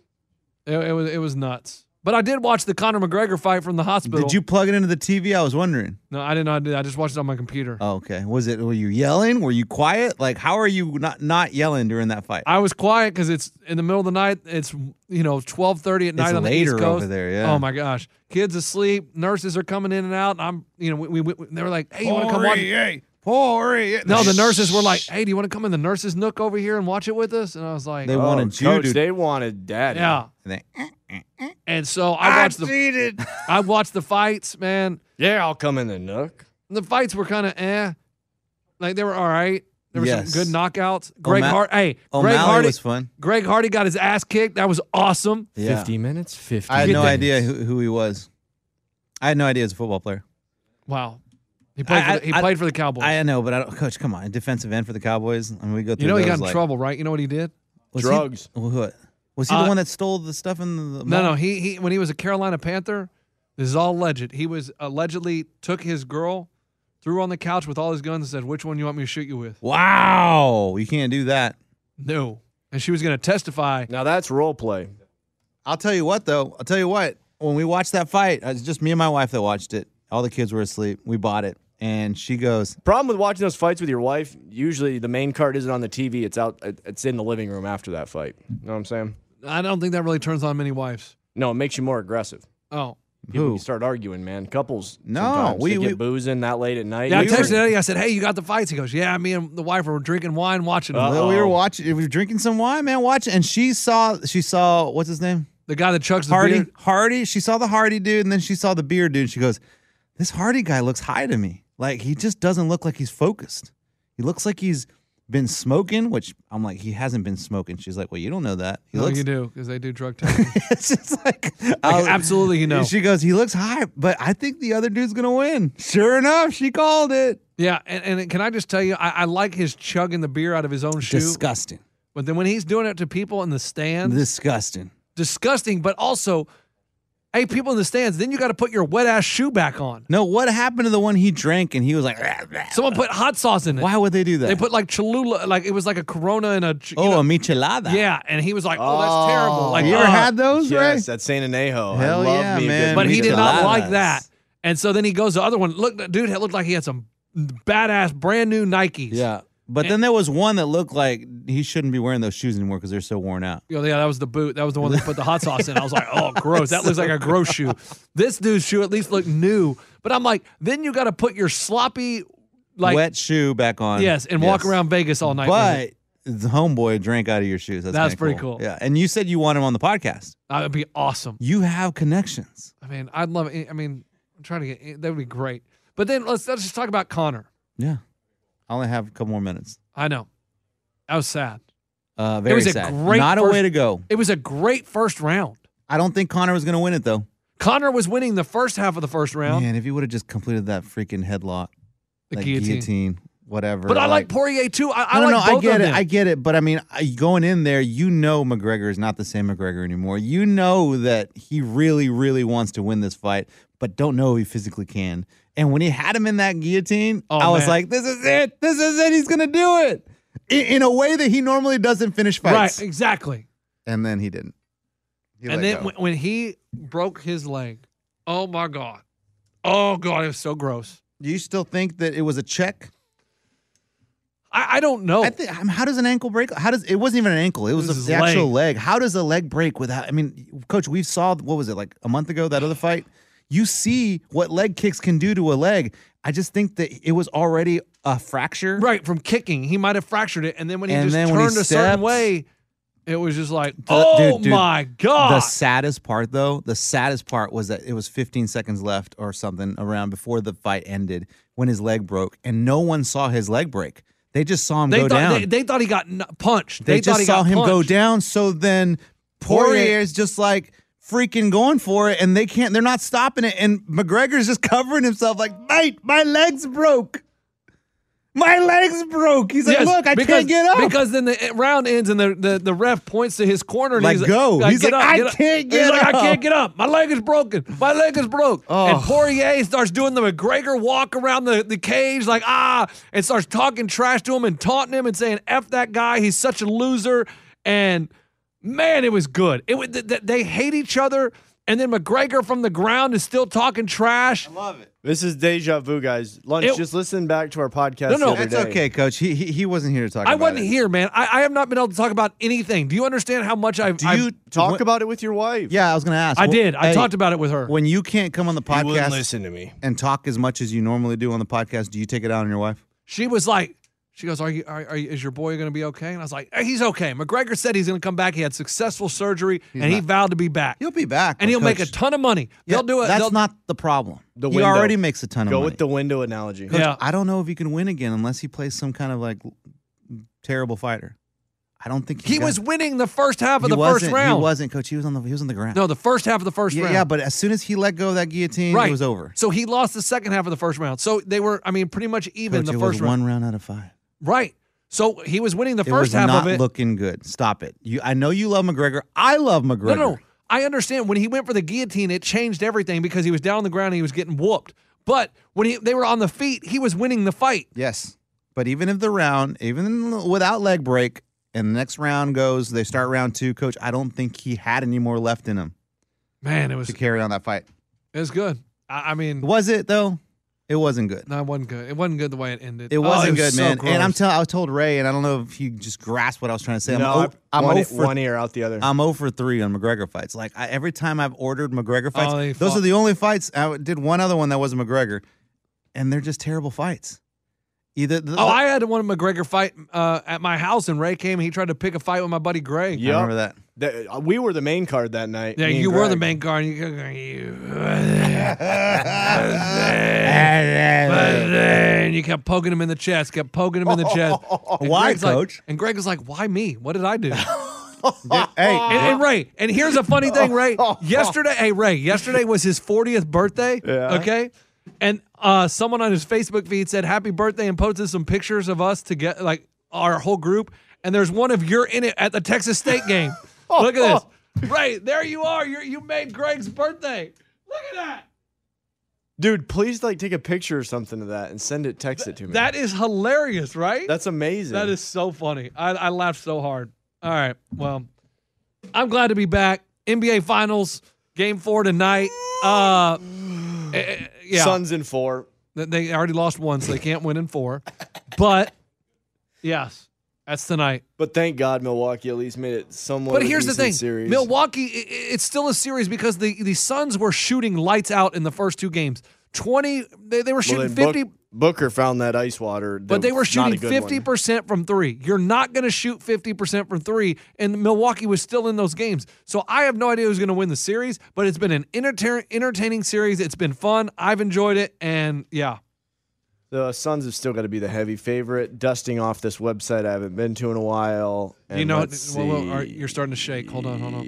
It, it was it was nuts. But I did watch the Conor McGregor fight from the hospital.
Did you plug it into the TV? I was wondering.
No, I did not do that. I just watched it on my computer.
Oh, okay. Was it? Were you yelling? Were you quiet? Like, how are you not not yelling during that fight?
I was quiet because it's in the middle of the night. It's you know twelve thirty at night on the
later
East Coast.
over there, yeah.
Oh my gosh, kids asleep, nurses are coming in and out. And I'm you know we, we, we they were like, hey, you want to come on?
Hey, Corey.
No, the nurses were like, hey, do you want to come in the nurses' nook over here and watch it with us? And I was like,
They
Oh,
wanted you
coach,
to.
they wanted daddy.
yeah.
And they- Ah,
And so I watched the [LAUGHS]
cheated.
I watched the fights, man.
Yeah, I'll come in the nook.
The fights were kind of eh, like they were all right. There were
Yes.
some good knockouts. Greg
O'Ma-
Hart, hey, Greg
O'Malley
Hardy
was fun.
Greg Hardy got his ass kicked. That was awesome.
Yeah.
50 minutes? 50
I had no
minutes.
idea who, who he was. I had no idea as a football player.
Wow. He played,
I-
for, the, he
I-
played for the Cowboys.
I know, but I don't, coach, come on, defensive end for the Cowboys. I mean, we go through.
you know he
those,
got in
like-
trouble, right? You know what he did?
Was he-
Drugs.
wh- who- was he
Uh,
the one that stole the stuff in the?
No, no. He, he when he was a Carolina Panther, this is all alleged. He was allegedly took his girl, threw her on the couch with all his guns, and said, "Which one you want me to shoot you with?"
Wow, you can't do that.
No. And she was going to testify.
Now that's role play.
I'll tell you what, though. I'll tell you what. When we watched that fight, it was just me and my wife that watched it. All the kids were asleep. We bought it, and she goes,
Problem with watching those fights with your wife, usually the main card isn't on the TV. It's out. it- It's in the living room after that fight. know what I'm saying?
I don't think that really turns on many wives.
No, it makes you more aggressive.
Oh.
People
"Who?"
you start arguing, man. Couples.
No,
sometimes,
we-
they
we-
get boozing that late at night.
Yeah, I
You-
texted Eddie. I said, "Hey, you got the fights?" He goes, "Yeah, me and the wife were drinking wine, watching them."
Well, we were watching. We were drinking some wine, man. Watching, and she saw. She saw what's his name?
the guy that chugs the
Hardy.
beer.
Hardy. She saw the Hardy dude, and then she saw the beard dude. She goes, "This Hardy guy looks high to me. Like he just doesn't look like he's focused. He looks like he's been smoking." Which I'm like, he hasn't been smoking. She's like, "Well, you don't know that. He
No,
looks." [LAUGHS]
you do because they do drug testing.
it's just like, I was-
absolutely, you know.
She goes, "He looks high, but I think the other dude's gonna win." Sure enough, she called it.
Yeah, and, and can I just tell you, I, I like his chugging the beer out of his own shoe.
Disgusting.
but then when he's doing it to people in the stands,
Disgusting.
disgusting. But also, Hey, people in the stands, then you got to put your wet ass shoe back on.
No, what happened to the one he drank and he was like, "Rah, rah."
Someone put hot sauce in it.
why would they do that?
They put like Cholula, like it was like a Corona and a. ch- you
oh,
know-
a michelada.
yeah, and he was like, "Oh, that's terrible." Like
Have you ever
uh,
had those,
Yes,
Ray?
at San Anejo.
Hell
I love
yeah,
me a good
man.
but he did not
Micheladas.
like that. And so then he goes to the other one. Look, that dude, it looked like he had some badass brand new Nikes.
Yeah. But then there was one that looked like he shouldn't be wearing those shoes anymore because they're so worn out.
You know, yeah, that was the boot. That was the one they put the hot sauce in. I was like, oh, gross. That looks like a gross shoe. This dude's shoe at least looked new. But I'm like, then you got to put your sloppy, like,
Wet shoe back on.
yes, and walk
Yes.
around Vegas all night. with it.
But the homeboy drank out of your shoes. That's,
That's
kinda
pretty cool.
Yeah. And you said you want him on the podcast.
that would be awesome.
You have connections.
I mean, I'd love. it. I mean, I'm trying to get that would be great. But then let's let's just talk about Connor.
Yeah. I only have a couple more minutes.
I know that was sad.
Uh, very
was a
sad.
great
Not a
first-
way to go.
It was a great first round.
I don't think Connor was going to win it though.
Connor was winning the first half of the first round.
Man, if you would have just completed that freaking headlock,
the
that
guillotine.
guillotine. whatever.
But I like Poirier too. I, I
no,
like
no,
both
I get
of
it.
them.
I get it. But I mean, I- going in there, you know McGregor is not the same McGregor anymore. You know that he really, really wants to win this fight, but don't know he physically can. And when he had him in that guillotine,
Oh,
I was
man.
like, this is it. This is it. He's going to do it. In, in a way that he normally doesn't finish fights.
right, exactly.
And then he didn't. He let
and then
go.
when, when he broke his leg, oh my god, oh god, it was so gross.
do you still think that it was a check?
I, I don't know.
I think. I mean, how does an ankle break? How does it wasn't even an ankle? It was,
Oh. It was his
the actual leg. How does a leg break without? I mean, coach, we saw what was it like a month ago that other fight. You see what leg kicks can do to a leg. I just think that it was already a fracture.
right from kicking, he might have fractured it, and then when he
And
just
then
turned
when he
a certain
stepped-
way, it was just like,
The-
oh
Uh, dude, dude,
my god.
The saddest part, though, the saddest part was that it was 15 seconds left or something around before the fight ended when his leg broke, and no one saw his leg break. They just saw him
they
go
thought
down.
They, they thought he got n- punched.
They,
They, thought
just
he
saw
got
him go
punched.
down. So then
Poirier-
Poirier's just like freaking going for it, and they can't. They're not stopping it, and McGregor's just [LAUGHS] covering himself like, mate, my legs broke. My legs broke. He's like,
Yes,
look, I
because-
can't get up.
Because then the round ends and the, the, the ref points to his corner and
Like,
he's
go. He's
"Get
like,
up,
I
get up."
can't
he's
get
like, I
up.
can't get up. My leg is broken. My leg is broke. And
Oh.
Poirier starts doing the McGregor walk around the, the cage, like, ah, and starts talking trash to him and taunting him and saying, F that guy. He's such a loser. And man, it was good. It was, th- th- They hate each other. And then McGregor from the ground is still talking trash.
This is deja vu, guys. Lunch.
It-
just listen back to our podcast.
No, no,
the other
That's
day.
okay, coach. He, he he wasn't here to talk
I
about
wasn't
it.
here, man. I, I have not been able to talk about anything. Do you understand how much I've.
Do
I've-
you
Talk
wh-
about it with your wife.
Yeah, I was gonna ask.
I
Wh-
did. I
hey,
talked about it with her.
when you can't come on the
He wouldn't
podcast
listen to me.
and talk as much as you normally do on the podcast. Do you take it out on your wife?
She was like, she goes, "Are you? Are, are you- is your boy going to be okay?" And I was like, "He's okay." McGregor said he's going to come back. He had successful surgery, and he
not-
vowed to be back.
He'll be back, but
and he'll make a
Coach-
ton of money.
Yeah,
they'll do it.
That's
they'll-
not the problem.
The
he
window.
already makes a ton of
Go
money.
with the window analogy.
Yeah.
I don't know if he can win again unless he plays some kind of like terrible fighter. I don't think
He
got-
was winning the first half of
he
the first
wasn't-
round.
He wasn't, coach. He was on the he was on the ground.
No, the first half of the first
yeah,
round.
yeah, but as soon as he let go of that guillotine,
right.
it was over.
So he lost the second half of the first round. So they were, I mean, pretty much even
coach,
the
it
first
was
round.
one round out of five.
Right. So he was winning the
it
first
was
half
not
of it.
looking good. Stop it. You, I know you love McGregor. I love McGregor.
No, no. I understand when he went for the guillotine, it changed everything because he was down on the ground and he was getting whooped. But when he, they were on the feet, he was winning the fight.
Yes, but even if the round, even without leg break, and the next round goes, they start round two. Coach, I don't think he had any more left in him
Man, it was
to carry on that fight.
it was good. I, I mean,
Was it though? It wasn't good.
no, it wasn't good. It wasn't good the way it ended.
It
Oh,
wasn't
was
good,
so
man. And I'm
gross.
telling, I told Ray, and I don't know if he just grasped what I was trying to say.
no,
I'm, o-
I'm
I'm
one,
o
e-
for
one ear out the other.
I'm 0 for three on McGregor fights. Like I, every time I've ordered McGregor fights,
Oh, they
those
fought.
are the only fights. I did one other one that wasn't McGregor, and they're just terrible fights. Either the,
Oh, I had one McGregor fight uh, at my house, and Ray came. and He tried to pick a fight with my buddy Greg.
I
Yeah.
remember
[LAUGHS]
that.
That- uh, we were the main card that night.
Yeah,
me and
you were the
Greg.
main guard. And you, go,
[LAUGHS]
you,
But
and you kept poking him in the chest, kept poking him in the
[LAUGHS]
chest. And
Why,
Greg's like-
coach?
and Greg was like, "Why me? What did
[LAUGHS]
I do?"
then- hey,
And, and Ray, and here's a funny thing, Ray. Yesterday, hey Ray, yesterday was his 40th birthday.
Yeah.
Okay. And uh, someone on his Facebook feed said happy birthday and posted some pictures of us to get like our whole group. And there's one of you're in it at the Texas State game. Look at this. Ray, there you are. You you made Greg's birthday. Look at that.
Dude, please like take a picture or something of that and send it, text it to me.
That is hilarious, right?
that's amazing.
That is so funny. I, I laughed so hard. All right. Well, I'm glad to be back. NBA Finals, game four tonight. Uh, eh, eh, yeah.
Suns in four.
They- They already lost one, so they can't win in four. But yes, that's tonight.
But thank God Milwaukee at least made it somewhat.
But
of a
here's the
decent
thing:
series.
Milwaukee, i- i- it's still a series because the the Suns were shooting lights out in the first two games. Twenty, they, they were
Well,
shooting
then Book-
fifty,
Booker found that ice water.
but they were
Not a
shooting
good one.
fifty percent from three. You're not going to shoot fifty percent from three, and Milwaukee was still in those games. So I have no idea who's going to win the series, but it's been an entertain, entertaining series. It's been fun. I've enjoyed it, and yeah,
The Suns have still got to be the heavy favorite. Dusting off this website I haven't been to in a while. And
you know, well,
let's
well, all right,
see.
you're starting to shake. Hold on, hold on.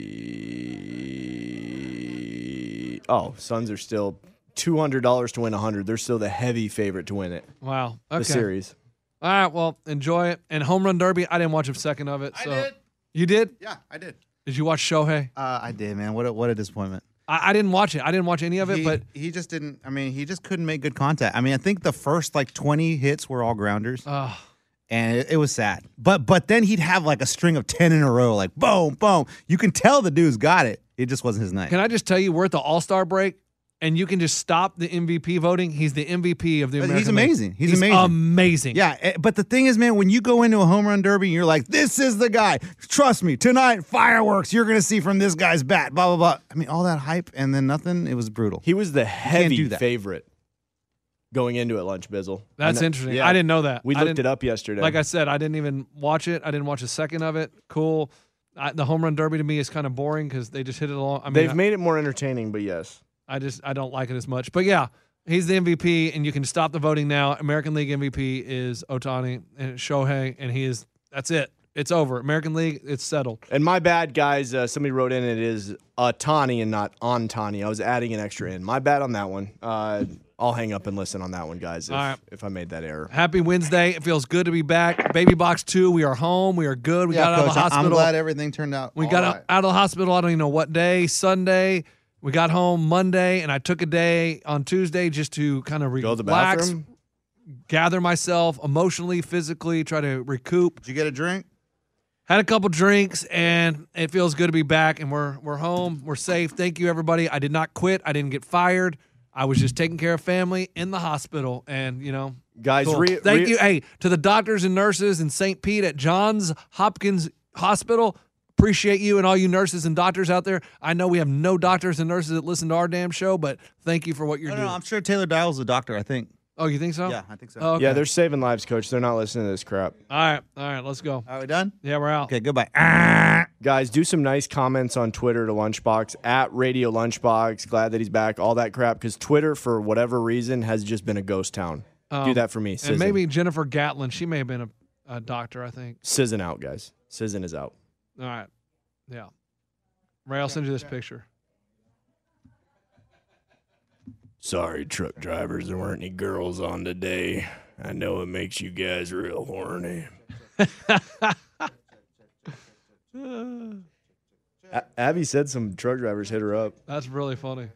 Oh, Suns are still two hundred dollars to win a hundred. They're still the heavy favorite to win it.
Wow.
The
Okay.
series.
All right. Well, enjoy it. And home run derby. I didn't watch a second of it. So
I did.
you did?
Yeah, I did.
Did you watch Shohei?
Uh, I did, man. What a, what a disappointment.
I, I didn't watch it. I didn't watch any of it.
he,
but
he just didn't. I mean, he just couldn't make good contact. I mean, I think the first like twenty hits were all grounders,
uh,
and it, it was sad. But but then he'd have like a string of ten in a row, like boom, boom. You can tell the dude's got it. It just wasn't his night.
can I just tell you, we're at the All Star break, and you can just stop the MVP voting. He's the MVP of the.
But
American
he's
League.
amazing. He's amazing.
amazing.
yeah, eh, but the thing is, man, when you go into a home run derby, and you're like, "This is the guy." Trust me, tonight fireworks you're gonna see from this guy's bat. Blah blah blah. I mean, all that hype and then nothing. It was brutal.
He was the heavy
do that.
favorite going into it, Lunch Bizzle.
That's
I know-
interesting.
Yeah.
I didn't know that.
We
I
looked
didn't-
it up yesterday.
Like I said, I didn't even watch it. I didn't watch a second of it. Cool. I, the home run derby to me is kind of boring because they just hit it along. I mean,
They've
I-
made it more entertaining, but yes.
I just I don't like it as much. But yeah, he's the MVP, and you can stop the voting now. American League MVP is Otani and Shohei, and he is that's it. It's over. American League, it's settled.
And my bad, guys. Uh, somebody wrote in it is uh, Tani and not on Tani. I was adding an extra in. My bad on that one. Uh, I'll hang up and listen on that one, guys, if,
All right.
if I made that error.
Happy Wednesday. It feels good to be back. Baby Box Two. We are home. We are good. We
Yeah,
got out of
Coach,
the
I-
hospital.
I'm glad everything turned out.
we
all
got
right.
out, out of the hospital. I don't even know what day. Sunday. We got home Monday, and I took a day on Tuesday just to kind of
Go to the
relax,
bathroom.
gather myself emotionally, physically, try to recoup.
Did you get a drink?
had a couple drinks and it feels good to be back and we're we're home we're safe thank you everybody i did not quit i didn't get fired i was just taking care of family in the hospital and you know
Guys,
cool.
re-
thank
re-
you hey to the doctors and nurses in st pete at johns hopkins hospital appreciate you and all you nurses and doctors out there i know we have no doctors and nurses that listen to our damn show but thank you for what you're
No, no,
doing
no, I'm sure Taylor Dial's a doctor. I think.
oh you think so
Yeah, I think so.
oh, okay.
Yeah, they're saving lives, coach. They're not listening to this crap.
all right all right let's go
Are we done?
yeah we're out
Okay, goodbye. Ah.
Guys, do some nice comments on Twitter to Lunchbox at Radio Lunchbox. Glad that he's back. All that crap because Twitter, for whatever reason, has just been a ghost town. do that for me. Sizzin.
Um, and maybe jennifer gatlin she may have been a, a doctor i think
Sizzin out, guys. Sizzin is out.
All right. Yeah. Ray, I'll send you this picture.
Sorry, truck drivers, there weren't any girls on today. I know it makes you guys real horny. Abby said some truck drivers hit her up.
That's really funny.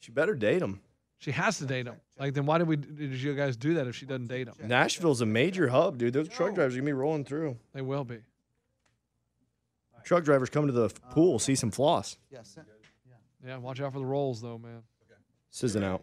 She better date them.
She has to date him. Like, then why did we? Did you guys do that if she doesn't date him?
Nashville's a major hub, dude. Those truck drivers are gonna be rolling through.
They will be.
Truck drivers come to the f- pool, see some floss.
Yeah. Watch out for the rolls, though, man.
Sizzin out.